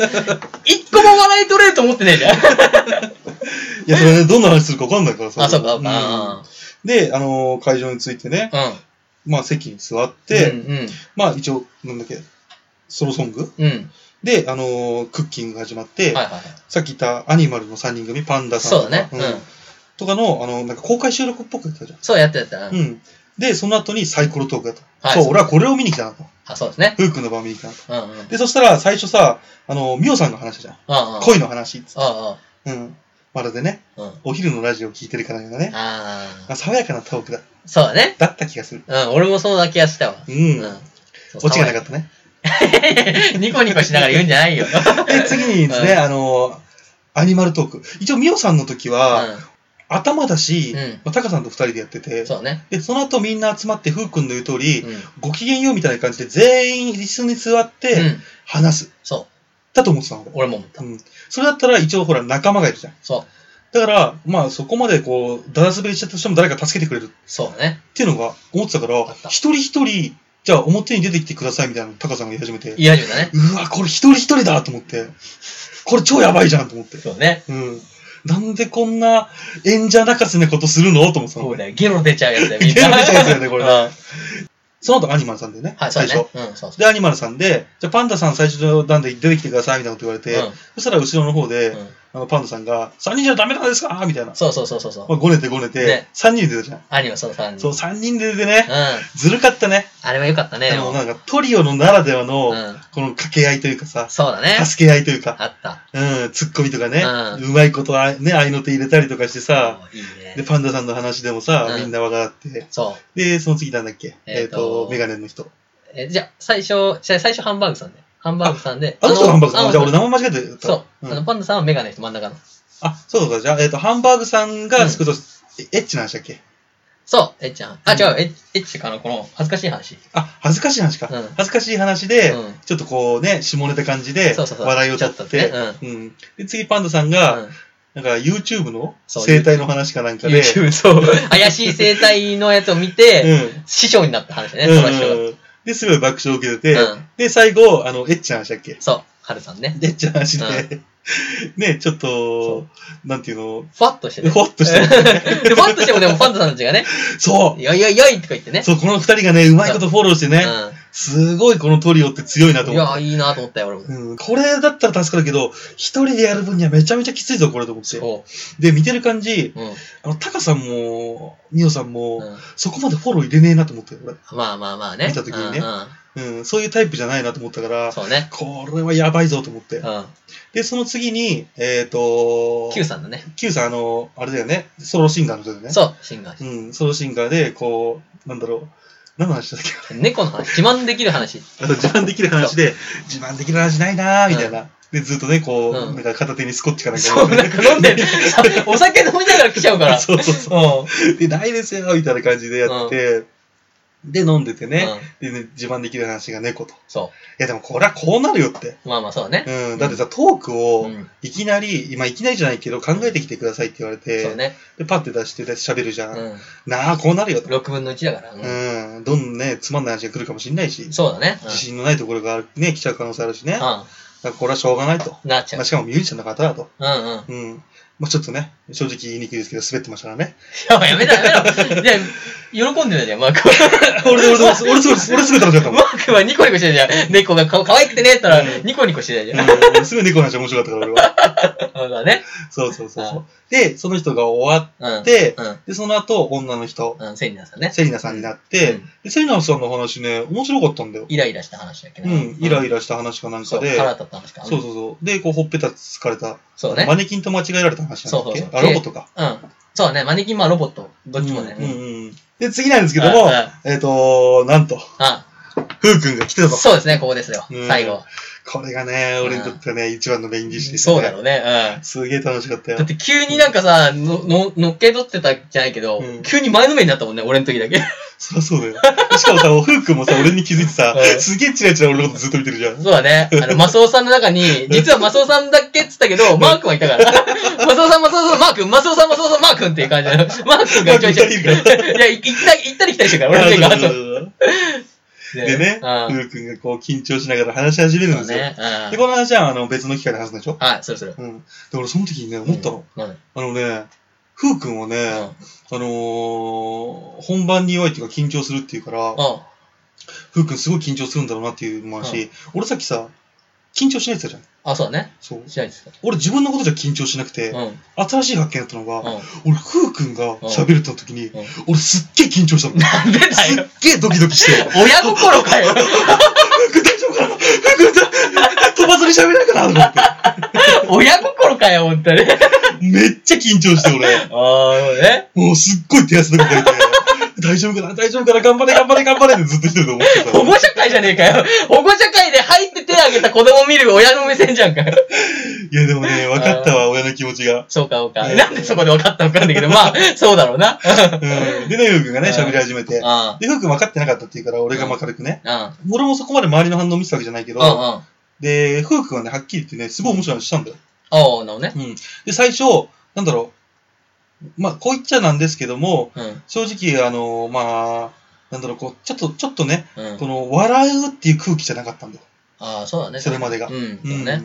[SPEAKER 2] 一個も笑い取れると思ってねえじゃん。
[SPEAKER 3] いや、それね、どんな話するか分かんないからさ。
[SPEAKER 2] あ、そうか、うん
[SPEAKER 3] ん。で、あのー、会場に着いてね、
[SPEAKER 2] うん。
[SPEAKER 3] まあ、席に座って、
[SPEAKER 2] うん、
[SPEAKER 3] まあ、一応、なんだっけ、ソロソング
[SPEAKER 2] うん。うん。
[SPEAKER 3] で、あのー、クッキングが始まって、
[SPEAKER 2] はいはいはい。
[SPEAKER 3] さっき言ったアニマルの3人組、パンダさん
[SPEAKER 2] そう
[SPEAKER 3] とか、
[SPEAKER 2] だね。うん
[SPEAKER 3] ん。とかの、あの、なんか公開収録っぽくやってたじゃ
[SPEAKER 2] そうやってたやっ
[SPEAKER 3] ん。
[SPEAKER 2] てた。
[SPEAKER 3] うん。で、その後にサイコロトークだと。
[SPEAKER 2] はい
[SPEAKER 3] そう、俺はこれを見に来たなと。
[SPEAKER 2] あ、そうですね。
[SPEAKER 3] ふうくんの場を見に来たなと。
[SPEAKER 2] うんうん。うんうん。
[SPEAKER 3] で、そしたら、最初さ、あのー、ミオさんの話じゃん。
[SPEAKER 2] あ
[SPEAKER 3] 恋の話っつって。
[SPEAKER 2] あ。
[SPEAKER 3] うん。まるでね、
[SPEAKER 2] うん。
[SPEAKER 3] お昼のラジオを聞いてるからようなね、
[SPEAKER 2] あ
[SPEAKER 3] ま
[SPEAKER 2] あ。
[SPEAKER 3] あ、爽やかなトークだ
[SPEAKER 2] そうだね。
[SPEAKER 3] だった気がする。
[SPEAKER 2] うん、俺もそうな気がしたわ。
[SPEAKER 3] う。
[SPEAKER 2] うん落
[SPEAKER 3] オチがなか
[SPEAKER 2] っ
[SPEAKER 3] ったね。
[SPEAKER 2] た。ニコニコしながら言うんじゃないよ。
[SPEAKER 3] <laughs> で、次にですね、あの、アニマルトーク。一応、ミオさんの時は、
[SPEAKER 2] う
[SPEAKER 3] 頭だし、
[SPEAKER 2] うん
[SPEAKER 3] まあ、タカさんと二人でやってて
[SPEAKER 2] ん。、そうね。
[SPEAKER 3] で、その後みんな集まって、ふうくんの言う通り、
[SPEAKER 2] うん。うん。
[SPEAKER 3] ご機嫌ようみたいな感じで、全員一緒に座って、話す。
[SPEAKER 2] そ
[SPEAKER 3] だと思ってたの、
[SPEAKER 2] う。俺も思った
[SPEAKER 3] う。ん。それだったら、一応、ほら、仲間がいるじゃん。
[SPEAKER 2] そう。
[SPEAKER 3] だから、まあ、そこまで、こう、だだ滑りしちゃったとしても誰か助けてくれる
[SPEAKER 2] そうだね。
[SPEAKER 3] っていうのが思ってたから
[SPEAKER 2] あった、
[SPEAKER 3] 一人一人、じゃあ表に出てきてくださいみたいなのタカさんが言い始めて、
[SPEAKER 2] 言い始めたね。
[SPEAKER 3] うわ、これ一人一人だと思って、これ超やばいじゃんと思って。
[SPEAKER 2] そうね。
[SPEAKER 3] うん。なんでこんな演者泣かせなことするのと思ってた
[SPEAKER 2] そう
[SPEAKER 3] の。
[SPEAKER 2] ね。ゲロ出ちゃうやつだよ、みん
[SPEAKER 3] ゲ
[SPEAKER 2] な。
[SPEAKER 3] ロ出ちゃうやつだよねこれね
[SPEAKER 2] うん
[SPEAKER 3] その後アニマルさんだよね。
[SPEAKER 2] はい、そう
[SPEAKER 3] 最
[SPEAKER 2] だね
[SPEAKER 3] 初。。
[SPEAKER 2] うん、そうそ
[SPEAKER 3] で、アニマルさんで、じゃあパンダさん最初の段で出てきてくださいみたいなこと言われ
[SPEAKER 2] う。
[SPEAKER 3] て、
[SPEAKER 2] うん
[SPEAKER 3] そしたら後ろの方で、
[SPEAKER 2] うん
[SPEAKER 3] あのパンダさんが、3人じゃダメなんですかみたいな。
[SPEAKER 2] そうそうそうそうそう。
[SPEAKER 3] まあ、ごねてごねて
[SPEAKER 2] ね、
[SPEAKER 3] 3人で出たじゃん。
[SPEAKER 2] アニメその感じ。
[SPEAKER 3] そう、3人で出てね
[SPEAKER 2] うん。、あ
[SPEAKER 3] ずるかったね。
[SPEAKER 2] れは良かったね。
[SPEAKER 3] あ
[SPEAKER 2] でも
[SPEAKER 3] の、なんかトリオのならではの、
[SPEAKER 2] うん
[SPEAKER 3] この掛け合いというかさ、
[SPEAKER 2] そうだね。
[SPEAKER 3] 助け合いというか、
[SPEAKER 2] あった。
[SPEAKER 3] うん、ツッコミとかね、
[SPEAKER 2] う
[SPEAKER 3] うまいことあ、ね、合いの手入れたりとかしてさ、
[SPEAKER 2] いいね
[SPEAKER 3] で、。パンダさんの話でもさ、
[SPEAKER 2] うん
[SPEAKER 3] みんな笑って、
[SPEAKER 2] そう。
[SPEAKER 3] で、その次なんだっけ、え
[SPEAKER 2] え
[SPEAKER 3] っ、
[SPEAKER 2] ー
[SPEAKER 3] と
[SPEAKER 2] と、
[SPEAKER 3] メガネの人。
[SPEAKER 2] え、じゃあ、最初、じゃあ最初ハンバーグさんで。ハンバーグさんで。
[SPEAKER 3] あの人がハンバーグ
[SPEAKER 2] あ
[SPEAKER 3] さん。
[SPEAKER 2] の
[SPEAKER 3] じゃあ俺名前間違えてた。
[SPEAKER 2] そう。
[SPEAKER 3] ん
[SPEAKER 2] あの、パンダさんはメガネ人真ん中の。
[SPEAKER 3] あ、そうそうそう。じゃあ、えっ、と、ハンバーグさんが、
[SPEAKER 2] うん
[SPEAKER 3] ちょっと、エッチな話だっけ
[SPEAKER 2] そう、えっちゃん。あ、
[SPEAKER 3] うん
[SPEAKER 2] 違う、えっえっちかな、この、恥ずかしい話。
[SPEAKER 3] あ、恥ずかしい話か。
[SPEAKER 2] うん
[SPEAKER 3] 恥ずかしい話で、
[SPEAKER 2] うん
[SPEAKER 3] ちょっとこうね、下ネタ感じで、
[SPEAKER 2] そうそうそう
[SPEAKER 3] 笑いを取って、
[SPEAKER 2] ちょっとね
[SPEAKER 3] うんで、次、パンダさんが、
[SPEAKER 2] うん
[SPEAKER 3] なんか YouTube の
[SPEAKER 2] そう
[SPEAKER 3] 生態の話かなんかで、
[SPEAKER 2] YouTube
[SPEAKER 3] <laughs>
[SPEAKER 2] そう。怪しい生態のやつを見て、
[SPEAKER 3] うん。
[SPEAKER 2] 師匠になった話ね、その人
[SPEAKER 3] うん。で、すごい爆笑を受けてて、
[SPEAKER 2] うん
[SPEAKER 3] で、最後、あの、エッチな話だっけエ
[SPEAKER 2] が。そう、ハルさんね。
[SPEAKER 3] ッチな話で、
[SPEAKER 2] う
[SPEAKER 3] <laughs> ね、ちょっ
[SPEAKER 2] そ
[SPEAKER 3] と、なんていうの、
[SPEAKER 2] ふわっとしてね。
[SPEAKER 3] ふわっとしてる
[SPEAKER 2] <laughs> でふわっとしても、でもファンタさんたちがね、
[SPEAKER 3] そう
[SPEAKER 2] よいよいよいとか言ってね。
[SPEAKER 3] そう、この二人がね、うまいことフォローしてね、すごいこのトリオって強いな
[SPEAKER 2] う
[SPEAKER 3] と
[SPEAKER 2] ん。い
[SPEAKER 3] 思っ
[SPEAKER 2] や、
[SPEAKER 3] て。
[SPEAKER 2] いいなと思ったよ、俺も。
[SPEAKER 3] うん、これだったら助かるけど、一人でやる分にはめちゃめちゃきついぞ、これと思って。
[SPEAKER 2] そ
[SPEAKER 3] で、見てる感じ、
[SPEAKER 2] う。うん。
[SPEAKER 3] あの、タカさんも、ミオさんも、
[SPEAKER 2] うん
[SPEAKER 3] そこまでフォロー入れねえなと思って、俺。
[SPEAKER 2] まあまあまあね。
[SPEAKER 3] 見た時にね
[SPEAKER 2] うんうん
[SPEAKER 3] うん、そういうタイプじゃないなと思ったから、
[SPEAKER 2] そうね。
[SPEAKER 3] これはやばいぞと思って
[SPEAKER 2] う。ん。
[SPEAKER 3] で、その次に、えっ、と、
[SPEAKER 2] Q さんだね。
[SPEAKER 3] Q さん、あの、あれだよね、ソロシンガーの人だよね。
[SPEAKER 2] そう、シンガー。
[SPEAKER 3] うん、ソロシンガーで、こう、なんだろう、何の話だっけ <laughs>
[SPEAKER 2] 猫の話、自慢できる話。
[SPEAKER 3] あの自慢できる話で、自慢できる話ないなー、みたいな。で、ずっとね、こう、
[SPEAKER 2] うん
[SPEAKER 3] なんか片手にスコッチかなんか。
[SPEAKER 2] そう、なんか飲んでるお酒飲みながら来ちゃうから。
[SPEAKER 3] そうそうそう。で、ないですよ、みたいな感じでやって、で、飲んでてね、
[SPEAKER 2] う
[SPEAKER 3] でね自慢できる話が猫と。い
[SPEAKER 2] んそ
[SPEAKER 3] や、でもこれはこうなるよって。
[SPEAKER 2] う。まあまあ、そうだね。
[SPEAKER 3] うん、だってさ、トークを
[SPEAKER 2] うん
[SPEAKER 3] いきなり、今いきなりじゃないけど、考えてきてくださいって言われて、
[SPEAKER 2] そうね。
[SPEAKER 3] で、パッて出して喋るじゃん。
[SPEAKER 2] うん。
[SPEAKER 3] なあ、こうなるよと。
[SPEAKER 2] 6分の1だから。うん
[SPEAKER 3] うん、どんね、つまんない話が来るかもしれないし、
[SPEAKER 2] そうだね。うん
[SPEAKER 3] 自信のないところがね、来ちゃう可能性あるしね。だか
[SPEAKER 2] う
[SPEAKER 3] らこれはしょうがないと。
[SPEAKER 2] ん。なっちゃ
[SPEAKER 3] まあ、
[SPEAKER 2] う。
[SPEAKER 3] しかもミュージシャンの方だと。
[SPEAKER 2] うんうん。
[SPEAKER 3] うん。まあ、ちょっとね、正直言いにくいですけど、滑ってましたから
[SPEAKER 2] <laughs>
[SPEAKER 3] ね。
[SPEAKER 2] やばいやめろやめろ。いや、喜んでたじゃん、マークは。
[SPEAKER 3] 俺、俺、俺、 <laughs> 俺、俺、俺、すぐ楽しかったも
[SPEAKER 2] マ
[SPEAKER 3] ん。
[SPEAKER 2] ークはニコニコしてたじゃん。猫がか可愛くてねって言ったら
[SPEAKER 3] う、ん
[SPEAKER 2] ニコニコしてたじゃん。
[SPEAKER 3] うん、すぐ猫の話面白かったから、俺は。
[SPEAKER 2] そうだね。
[SPEAKER 3] そうそうそうそう。で、その人が終わ
[SPEAKER 2] うん。
[SPEAKER 3] って、
[SPEAKER 2] うん。
[SPEAKER 3] で、その後、女の人、
[SPEAKER 2] うん、セリナさんね。
[SPEAKER 3] セリナさんになって、
[SPEAKER 2] うん
[SPEAKER 3] で、セリナさんの話ね、面白かったんだよ。
[SPEAKER 2] イライラした話だっけ
[SPEAKER 3] う
[SPEAKER 2] ど。
[SPEAKER 3] ん、イライ
[SPEAKER 2] ラ
[SPEAKER 3] ラした話かなん
[SPEAKER 2] そ
[SPEAKER 3] か
[SPEAKER 2] う、
[SPEAKER 3] で、
[SPEAKER 2] 腹立った話か。
[SPEAKER 3] そうそうそう。で、こう、ほっぺたつかれた。
[SPEAKER 2] そうね
[SPEAKER 3] マ。ネキンと間違えられた話なんだっけ
[SPEAKER 2] そうそうそう
[SPEAKER 3] あ、ロボットか。
[SPEAKER 2] うん。そうね、マネキンマロボット。どっちもね。
[SPEAKER 3] うんうんうん。で、次なんですけども
[SPEAKER 2] はいはい、
[SPEAKER 3] えっと、なんと、
[SPEAKER 2] あ、
[SPEAKER 3] ふうくんが来てたぞ。
[SPEAKER 2] そうですね、ここですよ
[SPEAKER 3] うん。
[SPEAKER 2] 最後。
[SPEAKER 3] これがね、俺にとってはね、一番のメインディッシュですね。
[SPEAKER 2] そうだろうね。うん。
[SPEAKER 3] すげえ楽しかったよ
[SPEAKER 2] だっ。て急になんかさ、の、の、のっけ取ってたじゃないけど、
[SPEAKER 3] うん
[SPEAKER 2] 急に前のめりになったもんね、俺の時だけ。
[SPEAKER 3] そりゃそうだよ。しかもさ、ふうくんもさ、俺に気づいてさ
[SPEAKER 2] う、ん
[SPEAKER 3] すげえチラチラ俺のことずっと見てるじゃん。
[SPEAKER 2] そうだね。あの、
[SPEAKER 3] <laughs>
[SPEAKER 2] マスオさんの中に、実はマスオさんだけっつったけど、マー君はいたから。 <laughs> マスオさん、マスオさん、マー君、マスオさん、マスオさん、マー君っていう感じ
[SPEAKER 3] <laughs>
[SPEAKER 2] だよ。マー君がちょいちょい。
[SPEAKER 3] マー君二人いる
[SPEAKER 2] <laughs>
[SPEAKER 3] か
[SPEAKER 2] いや、行ったり、行ったり来たりしてるから、俺の
[SPEAKER 3] あ
[SPEAKER 2] 時
[SPEAKER 3] そうそう
[SPEAKER 2] が。
[SPEAKER 3] そう
[SPEAKER 2] そう
[SPEAKER 3] でね、
[SPEAKER 2] う
[SPEAKER 3] ふ
[SPEAKER 2] ん。
[SPEAKER 3] うくんがこう緊張しながら話し始めるん
[SPEAKER 2] そう
[SPEAKER 3] ですよ。
[SPEAKER 2] ね。う
[SPEAKER 3] で、
[SPEAKER 2] ん。
[SPEAKER 3] この話はあの別の機会で話すんでしょ
[SPEAKER 2] はい、それそれ。
[SPEAKER 3] うん。で、俺その時にね、思ったの。
[SPEAKER 2] うん。うん。
[SPEAKER 3] あのね、ふうくんはね、
[SPEAKER 2] うん。
[SPEAKER 3] あのー、本番に弱いっていうか緊張するっていうから、ふうくんすごい緊張するんだろうなっていうのもあるし、俺さっきさ、緊張しないって言ってたじゃん。
[SPEAKER 2] あ、そうだね。
[SPEAKER 3] そう。
[SPEAKER 2] しないですか。
[SPEAKER 3] 俺自分のことじゃ緊張しなくて、
[SPEAKER 2] うん。うん。
[SPEAKER 3] 新しい発見だったのが、
[SPEAKER 2] な
[SPEAKER 3] 俺、ふうくんが喋れた時に、
[SPEAKER 2] うん
[SPEAKER 3] 俺すっげえ緊張したの。
[SPEAKER 2] んでだ
[SPEAKER 3] す
[SPEAKER 2] よ
[SPEAKER 3] <laughs> っ。げえドキドキして、
[SPEAKER 2] 親心か
[SPEAKER 3] <laughs>
[SPEAKER 2] よ。
[SPEAKER 3] ふうくん大丈夫かなふうくん飛ばずに喋れないかなと思って。
[SPEAKER 2] 親心かよ、ほんとに。
[SPEAKER 3] めっちゃ緊張して、俺。
[SPEAKER 2] ああ、ね。
[SPEAKER 3] もうすっごい手汗とかかいて、大丈夫かな大丈夫かな頑張れ頑張れ頑張れってずっと一人で思ってた
[SPEAKER 2] 保。護者会じゃねえかよ。保護者会で入って手挙げた子供見る親の目線じゃんかよ。
[SPEAKER 3] いやでもね、分かったわ、親の気持ちが。
[SPEAKER 2] そうか、そうか。
[SPEAKER 3] うん
[SPEAKER 2] なんでそこで分かったのかわかんないけど、まあ、そうだろうな。
[SPEAKER 3] うん。でね、ふうくんがね、喋り始めて。
[SPEAKER 2] あ
[SPEAKER 3] で、ふうくん分かってなかったっていうから、俺がまあ軽くね。
[SPEAKER 2] あ、
[SPEAKER 3] 俺もそこまで周りの反応を見てたわけじゃないけ
[SPEAKER 2] うん、うん、う
[SPEAKER 3] ど、
[SPEAKER 2] ん。
[SPEAKER 3] で、ふうくんはね、はっきり言ってね、すごい面白い話したんだよ。
[SPEAKER 2] おうなのね。
[SPEAKER 3] うん。で、最初、なんだろう。まあ、こう言っちゃなんですけども、
[SPEAKER 2] うん、
[SPEAKER 3] 正直、あの、まあ、なんだろう、こう、ちょっと、ちょっとね、
[SPEAKER 2] うん
[SPEAKER 3] こ。の、笑うっていう空気じゃなかったんだよ。
[SPEAKER 2] ああ、そうだね。
[SPEAKER 3] それまでが
[SPEAKER 2] うん、そううんね。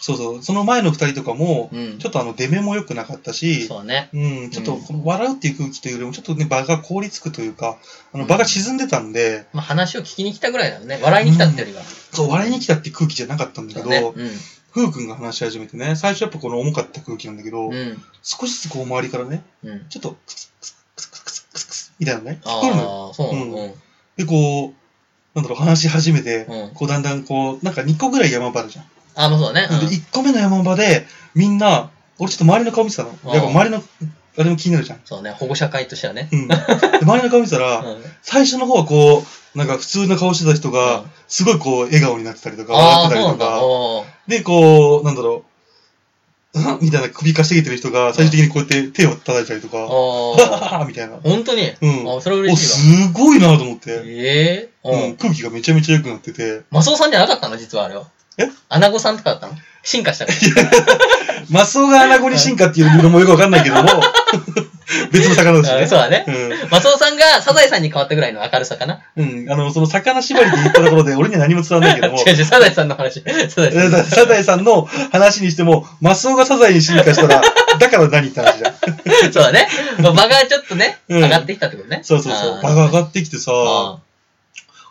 [SPEAKER 3] そうそう。その前の二人とかも、
[SPEAKER 2] うん
[SPEAKER 3] ち。ょっとあの、出目も良くなかったし、
[SPEAKER 2] そうね。
[SPEAKER 3] うん、ちょっとこの笑うっていう空気というよりも、ちょっとね、場が凍りつくというか、あの場が沈んでたんで、
[SPEAKER 2] まあ話を聞きに来たぐらいだよね。笑いに来たってよりは。
[SPEAKER 3] そう、笑いに来たって空気じゃなかったんだけ
[SPEAKER 2] そう
[SPEAKER 3] ど、
[SPEAKER 2] ね。うん。
[SPEAKER 3] ふうくんが話し始めてね、最初やっぱこの重かった空気なんだけど、
[SPEAKER 2] うん。
[SPEAKER 3] 少しずつこう周りからね、
[SPEAKER 2] うん。
[SPEAKER 3] ちょっと、クスクスクスクスクスクスクスみたいなのね、
[SPEAKER 2] あ
[SPEAKER 3] 来るのよ。
[SPEAKER 2] あ、そうなの。
[SPEAKER 3] で、こう、なんだろう、話し始めて
[SPEAKER 2] う、ん。うん。
[SPEAKER 3] こうだんだんこう、なんか2個ぐらい山場あるじゃん。
[SPEAKER 2] あ、まあそうだね。
[SPEAKER 3] で、1個目の山場で、みんな、俺ちょっと周りの顔見てたの。
[SPEAKER 2] あー
[SPEAKER 3] やっぱ周りの、あれも気になるじゃん。
[SPEAKER 2] そうね。保護者会としてはね。
[SPEAKER 3] うん。で、周りの顔見てた
[SPEAKER 2] う
[SPEAKER 3] ら、
[SPEAKER 2] ん。
[SPEAKER 3] 最初の方はこう、なんか普通の顔してた人
[SPEAKER 2] う
[SPEAKER 3] が
[SPEAKER 2] ん、
[SPEAKER 3] すごいこう、笑顔になってたりとか、
[SPEAKER 2] あ
[SPEAKER 3] 笑
[SPEAKER 2] あ、
[SPEAKER 3] って
[SPEAKER 2] そう
[SPEAKER 3] たり
[SPEAKER 2] な
[SPEAKER 3] と
[SPEAKER 2] んだ。
[SPEAKER 3] か、
[SPEAKER 2] おー
[SPEAKER 3] で、こう、なんだろう、うん <laughs> みたいな首かしげてる人が、最終的にこうやって手を叩いたりとか、
[SPEAKER 2] お
[SPEAKER 3] はは <laughs>
[SPEAKER 2] ー。
[SPEAKER 3] はみたいな。
[SPEAKER 2] 本当に
[SPEAKER 3] うん
[SPEAKER 2] あ、それは
[SPEAKER 3] お、
[SPEAKER 2] 嬉しいわ。
[SPEAKER 3] すごいなと思って。
[SPEAKER 2] ええ
[SPEAKER 3] う
[SPEAKER 2] うん
[SPEAKER 3] ん、空気がめちゃめちゃ良くなってて、
[SPEAKER 2] マスオさんじゃなかったの実はあれは。
[SPEAKER 3] え
[SPEAKER 2] アナゴさんとかだったの進化したか
[SPEAKER 3] マスオがアナゴに進化っていうのもよくわかんないけども、 <laughs> 別の魚だし
[SPEAKER 2] <laughs> ら。うん
[SPEAKER 3] ね。
[SPEAKER 2] そうだね。
[SPEAKER 3] うん
[SPEAKER 2] マスオさんがサザエさんに変わったぐらいの明るさかな。
[SPEAKER 3] うん、あの、その魚縛りで言ったところで、俺には何も伝わんないけ <laughs> ども、
[SPEAKER 2] 違う違う、サザエさんの話。サザエさん。
[SPEAKER 3] サザエさんの話にしても、マスオがサザエに進化した
[SPEAKER 2] <laughs>
[SPEAKER 3] ら、だから何って話じゃん。
[SPEAKER 2] そうだね。まあ場がちょっとね、
[SPEAKER 3] うん
[SPEAKER 2] 上がってきたってことね。
[SPEAKER 3] そうそうそ
[SPEAKER 2] あ
[SPEAKER 3] う。
[SPEAKER 2] ー
[SPEAKER 3] 場が上がってきてさ、
[SPEAKER 2] あ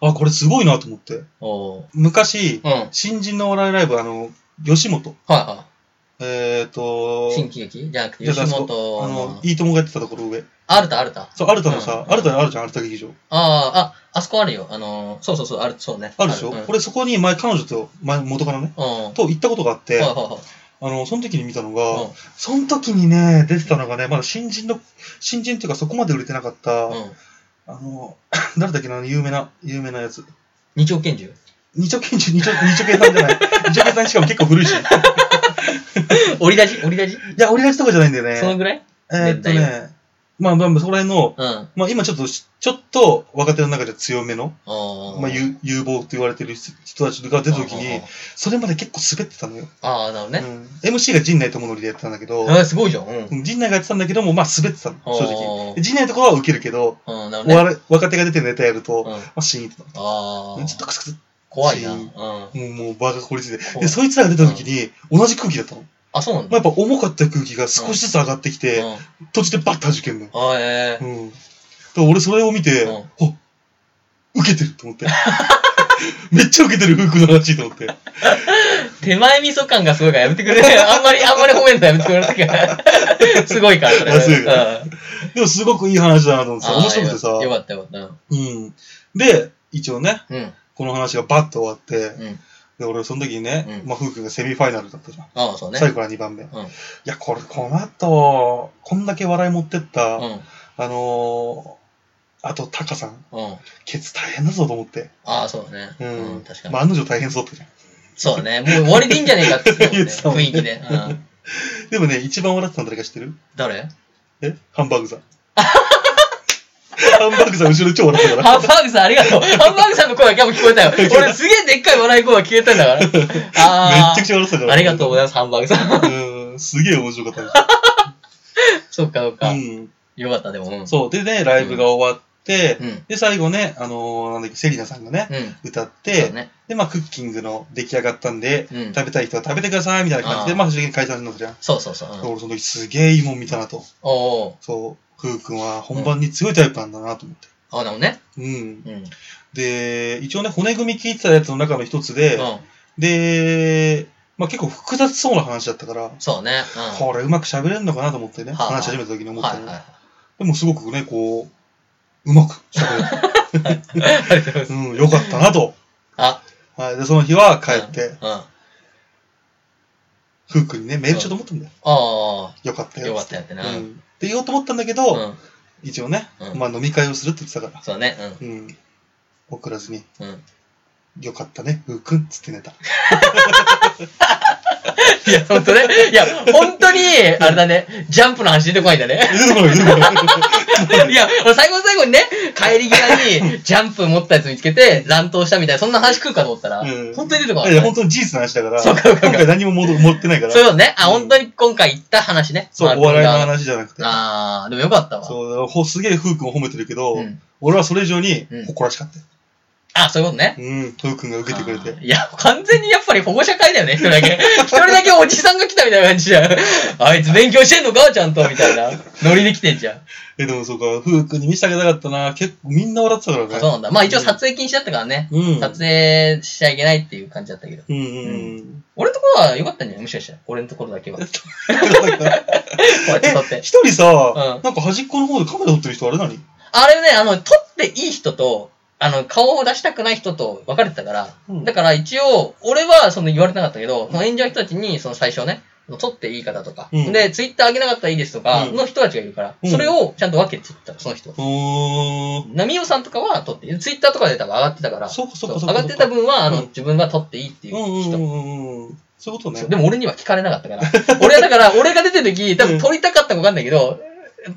[SPEAKER 3] あ、これすごいなと思って。
[SPEAKER 2] ーおー
[SPEAKER 3] 昔、
[SPEAKER 2] うん。はい
[SPEAKER 3] 新人のお笑いライブ、あの、吉本。
[SPEAKER 2] は
[SPEAKER 3] えっ、ー、と
[SPEAKER 2] い。、新喜劇じゃなくて、
[SPEAKER 3] いや
[SPEAKER 2] 吉
[SPEAKER 3] だから
[SPEAKER 2] 本
[SPEAKER 3] そこあの
[SPEAKER 2] の、。
[SPEAKER 3] いいともがやってたところ上。
[SPEAKER 2] アルタ、アルタ。
[SPEAKER 3] そう、アルタのさ、
[SPEAKER 2] うん
[SPEAKER 3] アルタにあるじゃん、アルタ劇場。
[SPEAKER 2] ああ、あ、あそこあるよ。あのー、そうそうそう、ある、そうね。
[SPEAKER 3] あるでしょ、
[SPEAKER 2] うん。うん。
[SPEAKER 3] 俺そこに前、彼女と、前、元からね、
[SPEAKER 2] はい
[SPEAKER 3] と行ったことがあって、
[SPEAKER 2] はいはい
[SPEAKER 3] あの、その時に見たのが、
[SPEAKER 2] うん
[SPEAKER 3] その時にね、出てたのがね、まだ新人の、新人っていうかそこまで売れてなかった、
[SPEAKER 2] うん。
[SPEAKER 3] あの、 <laughs> 誰だっけな、あの有名な、有名なやつ。
[SPEAKER 2] 二丁
[SPEAKER 3] <laughs>
[SPEAKER 2] 拳銃。
[SPEAKER 3] 二丁拳銃、二丁、二丁拳さん
[SPEAKER 2] <laughs>
[SPEAKER 3] じゃない。二丁拳さんしかも結構古いし。い
[SPEAKER 2] 折り出し折り出し
[SPEAKER 3] や、俺がちとかじゃないんだよね。
[SPEAKER 2] そのぐらい
[SPEAKER 3] えーっとね、まあ、まあ、そこら辺の、
[SPEAKER 2] うん。あ
[SPEAKER 3] まあ、今ちょっとし、ちょっと若手の中じゃ強めの、
[SPEAKER 2] ー
[SPEAKER 3] まあ、有有望と言われてる人たちが出た時に、、それまで結構滑ってたのよ。
[SPEAKER 2] あーあー、なるほど
[SPEAKER 3] う
[SPEAKER 2] ね。
[SPEAKER 3] ん MC が陣内智則でやってたんだけど
[SPEAKER 2] あ、ーすごいじゃん。うん。
[SPEAKER 3] うん陣内がやってたんだけども、まあ、滑ってたの、正直。
[SPEAKER 2] 直
[SPEAKER 3] で。陣内のところは受けるけど、
[SPEAKER 2] うん、なるほどね。
[SPEAKER 3] お笑い若手が出てるネタやると、
[SPEAKER 2] う
[SPEAKER 3] ま
[SPEAKER 2] ん
[SPEAKER 3] あ、シーンと。
[SPEAKER 2] あ
[SPEAKER 3] ちょっ
[SPEAKER 2] あ、
[SPEAKER 3] とクスクス。
[SPEAKER 2] 怖いな。う
[SPEAKER 3] シーン
[SPEAKER 2] ん。
[SPEAKER 3] もう、もう、場が凍りついて。
[SPEAKER 2] 怖
[SPEAKER 3] で、
[SPEAKER 2] い
[SPEAKER 3] そいつらが出た時に、同じ空気だったの。ま
[SPEAKER 2] あ、そうなん
[SPEAKER 3] あ、
[SPEAKER 2] だ。
[SPEAKER 3] やっぱ重かった空気が少しずつ上がってきて、
[SPEAKER 2] うん
[SPEAKER 3] 途中でバッと弾けんのよ。
[SPEAKER 2] あーえ
[SPEAKER 3] う
[SPEAKER 2] え。
[SPEAKER 3] ん。だから俺それを見て、
[SPEAKER 2] うん
[SPEAKER 3] お受けてると思って。 <laughs> めっちゃ受けてる、フークの話と思って。
[SPEAKER 2] 手前味噌感がすごいからやめてくれ。 <laughs> あんまり、あんまり褒めるのやめてくれないから。 <laughs> すごいから、それ。
[SPEAKER 3] あすごいから
[SPEAKER 2] うん
[SPEAKER 3] でもすごくいい話だなと思ってさ、
[SPEAKER 2] あー
[SPEAKER 3] 面白くてさ。
[SPEAKER 2] よかったよかった。うん
[SPEAKER 3] うん。で、一応ね、
[SPEAKER 2] うん。
[SPEAKER 3] この話がバッと終わって、
[SPEAKER 2] うん。
[SPEAKER 3] で、俺その時にね、
[SPEAKER 2] うん
[SPEAKER 3] まあ、フークがセミファイナルだったじゃん。
[SPEAKER 2] ああ、そうね。
[SPEAKER 3] 最後から2番目。い
[SPEAKER 2] うん。
[SPEAKER 3] や、これ、この後、こんだけ笑い持ってった、
[SPEAKER 2] うん。
[SPEAKER 3] あのー、あと、タカさん、
[SPEAKER 2] うん。
[SPEAKER 3] ケツ大変だぞと思って。
[SPEAKER 2] ああ、そうね。
[SPEAKER 3] う。
[SPEAKER 2] うんん。確かに
[SPEAKER 3] まあ、。案の定大変そうだったじゃん。
[SPEAKER 2] そうね。もう終わりでいいんじゃねえかって言ってたもんね
[SPEAKER 3] <laughs> 言
[SPEAKER 2] 雰
[SPEAKER 3] っ
[SPEAKER 2] 囲
[SPEAKER 3] て
[SPEAKER 2] 気
[SPEAKER 3] た
[SPEAKER 2] で。
[SPEAKER 3] もんね
[SPEAKER 2] うん。
[SPEAKER 3] でもね、一番笑ってたの誰か知ってる <laughs>
[SPEAKER 2] 誰
[SPEAKER 3] えハンバー
[SPEAKER 2] <laughs>
[SPEAKER 3] グさん。ハンバーグさん、後ろで超笑ってたから。
[SPEAKER 2] ハンバーグさんありがとう。ハンバーグさんの声だけも聞こえ
[SPEAKER 3] <laughs>
[SPEAKER 2] たよ。俺すげえでっかい笑い声が聞えたんだから。あ
[SPEAKER 3] めっちゃくちゃ笑ってたか
[SPEAKER 2] <laughs> あ。
[SPEAKER 3] ら。
[SPEAKER 2] ありがとうござ
[SPEAKER 3] い
[SPEAKER 2] います、ハンバーグさん。 <laughs>
[SPEAKER 3] ます。うん、すげえ面白かった
[SPEAKER 2] そうか、そうか
[SPEAKER 3] で。す。
[SPEAKER 2] よかった、でも。うん
[SPEAKER 3] うん。そう。でね、ライブが終わって、
[SPEAKER 2] うん。
[SPEAKER 3] で、最後ね、あのーなんだっけ、セリナさんがね、
[SPEAKER 2] うん。
[SPEAKER 3] 歌っ
[SPEAKER 2] そう
[SPEAKER 3] て、
[SPEAKER 2] ね。
[SPEAKER 3] で、まあ、クッキングの出来上がったんで、
[SPEAKER 2] うん
[SPEAKER 3] 食べたい人は食べてください、みたいな感じで、
[SPEAKER 2] あー
[SPEAKER 3] まあ、最終的に解散になるじゃん。
[SPEAKER 2] そうそうそう。うん
[SPEAKER 3] 俺、その時すげえいいもん見たなと。
[SPEAKER 2] おうおう。
[SPEAKER 3] そう、ふうくんは本番に強いタイプなんだなと思って。
[SPEAKER 2] あ、なのね。
[SPEAKER 3] うん。
[SPEAKER 2] うん。うん。
[SPEAKER 3] で、一応ね、骨組み聞いてたやつの中の一つで、で、まあ結構複雑そうな話だったから、
[SPEAKER 2] そうね。
[SPEAKER 3] これうまく喋れるのかなと思ってね、
[SPEAKER 2] はあ
[SPEAKER 3] 話し始めた時に
[SPEAKER 2] うん。
[SPEAKER 3] 思っ
[SPEAKER 2] は
[SPEAKER 3] た
[SPEAKER 2] い
[SPEAKER 3] の。
[SPEAKER 2] はい。
[SPEAKER 3] でもすごくね、こう、うまく喋れ
[SPEAKER 2] <laughs>
[SPEAKER 3] た。
[SPEAKER 2] ありがとうございます。
[SPEAKER 3] うん、よかったなと。 <laughs>
[SPEAKER 2] あ、
[SPEAKER 3] はい。で、その日は帰って
[SPEAKER 2] うん。、あ
[SPEAKER 3] ふうくんにね、メールしようと思ったんだよ。
[SPEAKER 2] あ
[SPEAKER 3] よかったよ。
[SPEAKER 2] よかったよってな
[SPEAKER 3] うん。って言おうと思ったんだけど、
[SPEAKER 2] ー。うん。
[SPEAKER 3] 一応ね、
[SPEAKER 2] うん
[SPEAKER 3] まあ飲み会をするって言ってたから、
[SPEAKER 2] そうね。
[SPEAKER 3] うん。送らずに、
[SPEAKER 2] うん。 <laughs> うん。
[SPEAKER 3] よかったね、ふうくん、つって寝た。
[SPEAKER 2] いや、ほんとね。いや、ほんとに、あれだね。ジャンプの話出てこないんだね。 <laughs>
[SPEAKER 3] 出てこない、出てこない。
[SPEAKER 2] いや、俺最後の最後にね、帰り際にジャンプ持ったやつ見つけて乱闘したみたいな、そんな話来るかと思ったら、
[SPEAKER 3] うん
[SPEAKER 2] 本当に出てこないい
[SPEAKER 3] や、。本当に事実の話だから、
[SPEAKER 2] そうかそうか
[SPEAKER 3] 今回何も戻持ってないから、
[SPEAKER 2] そういうことね。あ、
[SPEAKER 3] うん
[SPEAKER 2] 本当に今回言った話ね。
[SPEAKER 3] そう
[SPEAKER 2] まあ
[SPEAKER 3] お笑いの。話じゃなくて。
[SPEAKER 2] あー、でもよかったわ。
[SPEAKER 3] そう、ほすげえ風君を褒めてるけど、
[SPEAKER 2] うん
[SPEAKER 3] 俺はそれ以上に
[SPEAKER 2] うん
[SPEAKER 3] 誇らしかったよ。
[SPEAKER 2] あ、そういうことね。
[SPEAKER 3] うん、ふうくんが受けてくれ
[SPEAKER 2] あ。
[SPEAKER 3] て
[SPEAKER 2] ーいや、完全にやっぱり保護者会だよね、一人だけ。一人だけおじさんが来たみたいな感じじゃん。 <laughs> あいつ勉強してんのかちゃんと、みたいな。ノリで来てんじゃん。
[SPEAKER 3] え、でもそうか、ふうくんに見せてあげたかったな。結構みんな笑ってたから
[SPEAKER 2] あ
[SPEAKER 3] ね。
[SPEAKER 2] そうなんだ。まあ一応撮影禁止だったからね。
[SPEAKER 3] うん。
[SPEAKER 2] 撮影しちゃいけないっていう感じだったけど。
[SPEAKER 3] うんうん
[SPEAKER 2] 俺のところは良かったんじゃないもしかしたら。俺のところだけ
[SPEAKER 3] <laughs>
[SPEAKER 2] は。こうやって撮っ
[SPEAKER 3] え、
[SPEAKER 2] て。
[SPEAKER 3] 一人さ
[SPEAKER 2] う、ん
[SPEAKER 3] なんか端っこの方でカメラ撮ってる人あれ何
[SPEAKER 2] あれね、あの、撮っていい人と、あの、顔を出したくない人と分かれてたから、
[SPEAKER 3] うん
[SPEAKER 2] だから一応、俺はその言われてなかったけど、その演者の人たちに、その最初ね、撮っていい方とか、
[SPEAKER 3] うん
[SPEAKER 2] で、ツイッター上げなかったらいいですとか、の人たちがいるから、
[SPEAKER 3] うん
[SPEAKER 2] それをちゃんと分けて撮った、その人。
[SPEAKER 3] おー。
[SPEAKER 2] ナミオさんとかは撮っていい、ツイッターとかで多分上がってたから、
[SPEAKER 3] そうかそう
[SPEAKER 2] そ
[SPEAKER 3] か
[SPEAKER 2] う
[SPEAKER 3] そ
[SPEAKER 2] 上
[SPEAKER 3] うか。
[SPEAKER 2] がってた分は、あの、
[SPEAKER 3] うん
[SPEAKER 2] 自分は撮っていいっていう
[SPEAKER 3] う
[SPEAKER 2] 人。
[SPEAKER 3] んうんうんうん。そういうことね
[SPEAKER 2] そう。でも俺には聞かれなか
[SPEAKER 3] <laughs>
[SPEAKER 2] ったから。俺はだから、俺が出てる時、多分撮りたかったか分かんないけど、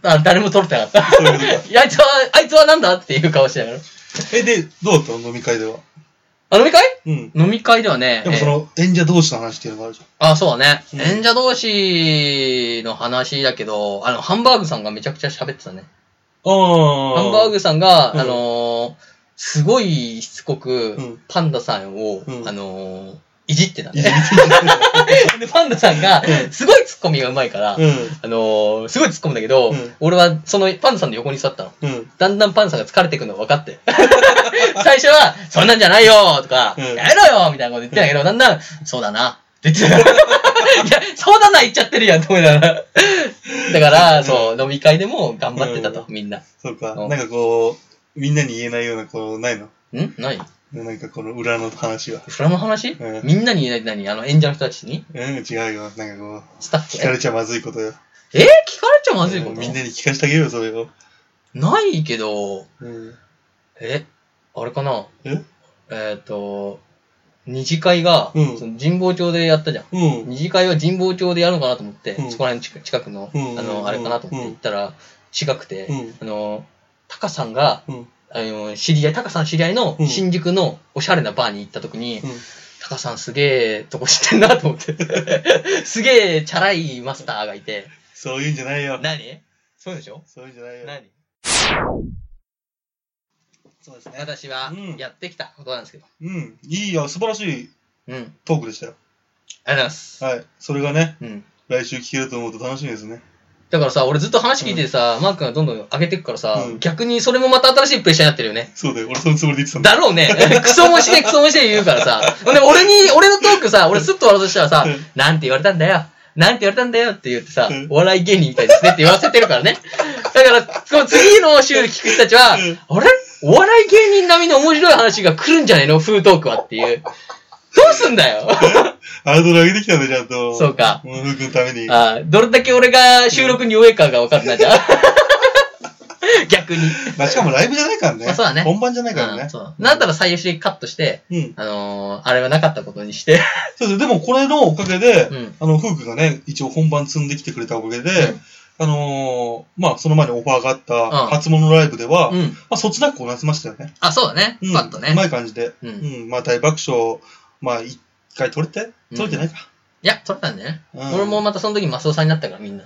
[SPEAKER 2] あ誰も撮れてなかった。
[SPEAKER 3] そういうことか
[SPEAKER 2] いやあいつは、あいつはなんだっていう顔してたから。
[SPEAKER 3] え、で、どうだったの飲み会では。
[SPEAKER 2] あ飲み会
[SPEAKER 3] うん。
[SPEAKER 2] 飲み会ではね。
[SPEAKER 3] でもそ
[SPEAKER 2] えー
[SPEAKER 3] の、演者同士の話っていうのがあるじ
[SPEAKER 2] あ、そうだね、
[SPEAKER 3] うん
[SPEAKER 2] 演者同士の話だけど、あの、ハンバーグさんがめちゃくちゃ喋ってたね。
[SPEAKER 3] ゃん。あ
[SPEAKER 2] ハンバーグさんが、
[SPEAKER 3] うん
[SPEAKER 2] あのーすごいしつこく、
[SPEAKER 3] うん
[SPEAKER 2] パンダさんを、
[SPEAKER 3] うん
[SPEAKER 2] あのーいじってたね。<laughs>
[SPEAKER 3] う
[SPEAKER 2] で、パンダさんが、すごいツッコミがうまいから、あ
[SPEAKER 3] ん。
[SPEAKER 2] のーすごい突っ込むんだけど、
[SPEAKER 3] うん
[SPEAKER 2] 俺はそのパンダさんの横に座ったの。 <laughs>
[SPEAKER 3] うん。
[SPEAKER 2] だんだんパンダさんが疲れてくるのが分かって。 <laughs> 最初は、そんなんじゃないよとか、
[SPEAKER 3] うん
[SPEAKER 2] やめろよみたいなこと言ってたんだけど、だんだん、そうだ
[SPEAKER 3] <laughs>
[SPEAKER 2] なって言ってたから。いや、そうだな言っちゃってるやんと思いながら。だから、そう、飲み会でも頑張ってたと、
[SPEAKER 3] う
[SPEAKER 2] みんな。ん
[SPEAKER 3] そうか。
[SPEAKER 2] うん
[SPEAKER 3] なんかこう、みんなに言えないような、こう、ないの
[SPEAKER 2] 何
[SPEAKER 3] なんかこの裏の話は。
[SPEAKER 2] フラの話、
[SPEAKER 3] うん
[SPEAKER 2] みんなに言えないって何あの演者の人たちに
[SPEAKER 3] うん、違うよ。なんかこう、
[SPEAKER 2] スタッ
[SPEAKER 3] 聞
[SPEAKER 2] フ
[SPEAKER 3] か
[SPEAKER 2] え
[SPEAKER 3] れちゃまずいことよ。
[SPEAKER 2] えー聞かれちゃまずいこと、
[SPEAKER 3] うんみんなに聞かせてあげようよ、それを。
[SPEAKER 2] ないけど、
[SPEAKER 3] うん。
[SPEAKER 2] え、あれかな
[SPEAKER 3] え
[SPEAKER 2] えっ、と、二次会が、
[SPEAKER 3] うん
[SPEAKER 2] その神保町でやったじゃん。
[SPEAKER 3] うん。
[SPEAKER 2] 二次会は神保町でやるのかなと思って、
[SPEAKER 3] うん
[SPEAKER 2] そこら辺近近くの、
[SPEAKER 3] うん
[SPEAKER 2] あの、あれかなと思って行ったら、近くて、
[SPEAKER 3] うん
[SPEAKER 2] あの、タカさんが、
[SPEAKER 3] うん。
[SPEAKER 2] あの、知り合い、タカさん知り合いの
[SPEAKER 3] うん
[SPEAKER 2] 新宿のおしゃれなバーに行った時に、
[SPEAKER 3] うん
[SPEAKER 2] タカさんすげえとこ知ってんなと思って、 <laughs> すげえチャラいマスターがいて、
[SPEAKER 3] そういうんじゃないよ。
[SPEAKER 2] 何そうでしょ
[SPEAKER 3] そういうんじゃないよ。
[SPEAKER 2] 何
[SPEAKER 3] そうですね。
[SPEAKER 2] 私は
[SPEAKER 3] うん
[SPEAKER 2] やってきたことなんですけど。
[SPEAKER 3] うん。いいよ。素晴らしい
[SPEAKER 2] うん。あり
[SPEAKER 3] トークでしたよ。
[SPEAKER 2] がとうございます。
[SPEAKER 3] はい。それがね、
[SPEAKER 2] うん。
[SPEAKER 3] 来週聞けると思うと楽しみですね。
[SPEAKER 2] だからさ、俺ずっと話聞いててさ、マークがどんどん上げてくからさ、
[SPEAKER 3] うん
[SPEAKER 2] 逆にそれもまた新しいプレッシャーになってるよね。
[SPEAKER 3] そうだよ。俺そのつもりで言ってたんだ。
[SPEAKER 2] だろうね。 <laughs> クソもして、クソもして言うからさ。で、俺に、俺のトークさ、俺スッと終わろうとしたらさ
[SPEAKER 3] うん、
[SPEAKER 2] なんて言われたんだよ。なんて言われたんだよって言ってさ
[SPEAKER 3] うん、
[SPEAKER 2] お笑い芸人みたいですねって言わせてるからね。だから、この次の週聞く人たちは、
[SPEAKER 3] う
[SPEAKER 2] あれお笑い芸人並みの面白い話が来るんじゃないのフートークはっていう。どうすんだよ
[SPEAKER 3] ハードル上げてきたんだ、ちゃんと。
[SPEAKER 2] そうか
[SPEAKER 3] うん。ふうくんのために。
[SPEAKER 2] ああどれだけ俺が収録に弱いかが分かんないじゃん。 <laughs> 逆に。
[SPEAKER 3] まあ、しかもライブじゃないからね。
[SPEAKER 2] まあそうだね
[SPEAKER 3] 本番じゃないから
[SPEAKER 2] う
[SPEAKER 3] ね
[SPEAKER 2] ん。そうなんだら最終的にカットして、
[SPEAKER 3] うん。
[SPEAKER 2] あのー、あれはなかったことにして。
[SPEAKER 3] そうです。でも、これのおかげで、
[SPEAKER 2] うん
[SPEAKER 3] あの、ふうくんがね、一応本番積んできてくれたおかげで、あのーまあ、その前にオファーがあった、初物ライブでは、
[SPEAKER 2] うん。
[SPEAKER 3] まあ、そつなくこなせましたよね。
[SPEAKER 2] あ、そうだね。
[SPEAKER 3] うん。
[SPEAKER 2] パッとね
[SPEAKER 3] う。まい感じで。
[SPEAKER 2] うん。
[SPEAKER 3] う
[SPEAKER 2] い
[SPEAKER 3] ん。まあ、大爆笑、まあ、一回取れて取れてないか。
[SPEAKER 2] や、取れたんだよね。
[SPEAKER 3] うん
[SPEAKER 2] 俺もまたその時マスオさんになったから、みん
[SPEAKER 3] <laughs>
[SPEAKER 2] な。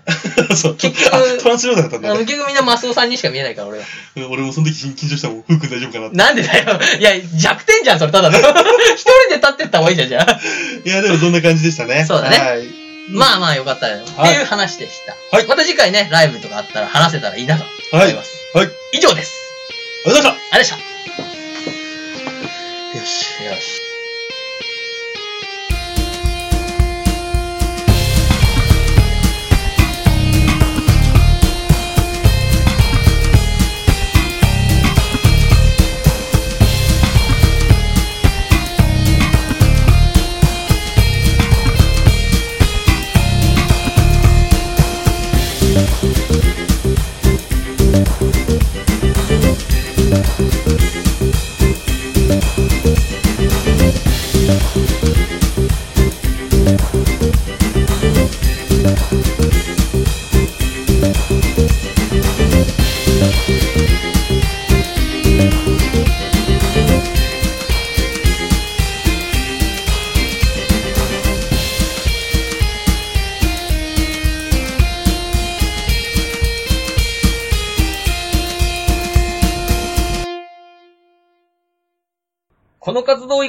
[SPEAKER 3] そう。
[SPEAKER 2] 結局
[SPEAKER 3] あトランス状態だったんだね。
[SPEAKER 2] 結局みんなマスオさんにしか見えないから、俺は。
[SPEAKER 3] うん俺もその時緊張したもん。ふうくん大丈夫かなって。
[SPEAKER 2] なんでだよ。いや、弱点じゃん、それただの。 <laughs> 一人で立ってった方がいいじゃん、じゃあ。
[SPEAKER 3] いや、でもそんな感じでしたね。
[SPEAKER 2] そうだね
[SPEAKER 3] はい。
[SPEAKER 2] まあまあ、よかったよ。って
[SPEAKER 3] はい
[SPEAKER 2] いう話でした。
[SPEAKER 3] はい
[SPEAKER 2] また次回ね、ライブとかあったら話せたらいいなと思います。
[SPEAKER 3] はい。ありが
[SPEAKER 2] 以上です。
[SPEAKER 3] とうございました
[SPEAKER 2] あれでした。
[SPEAKER 3] よし。
[SPEAKER 2] よし。この活動以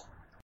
[SPEAKER 2] オ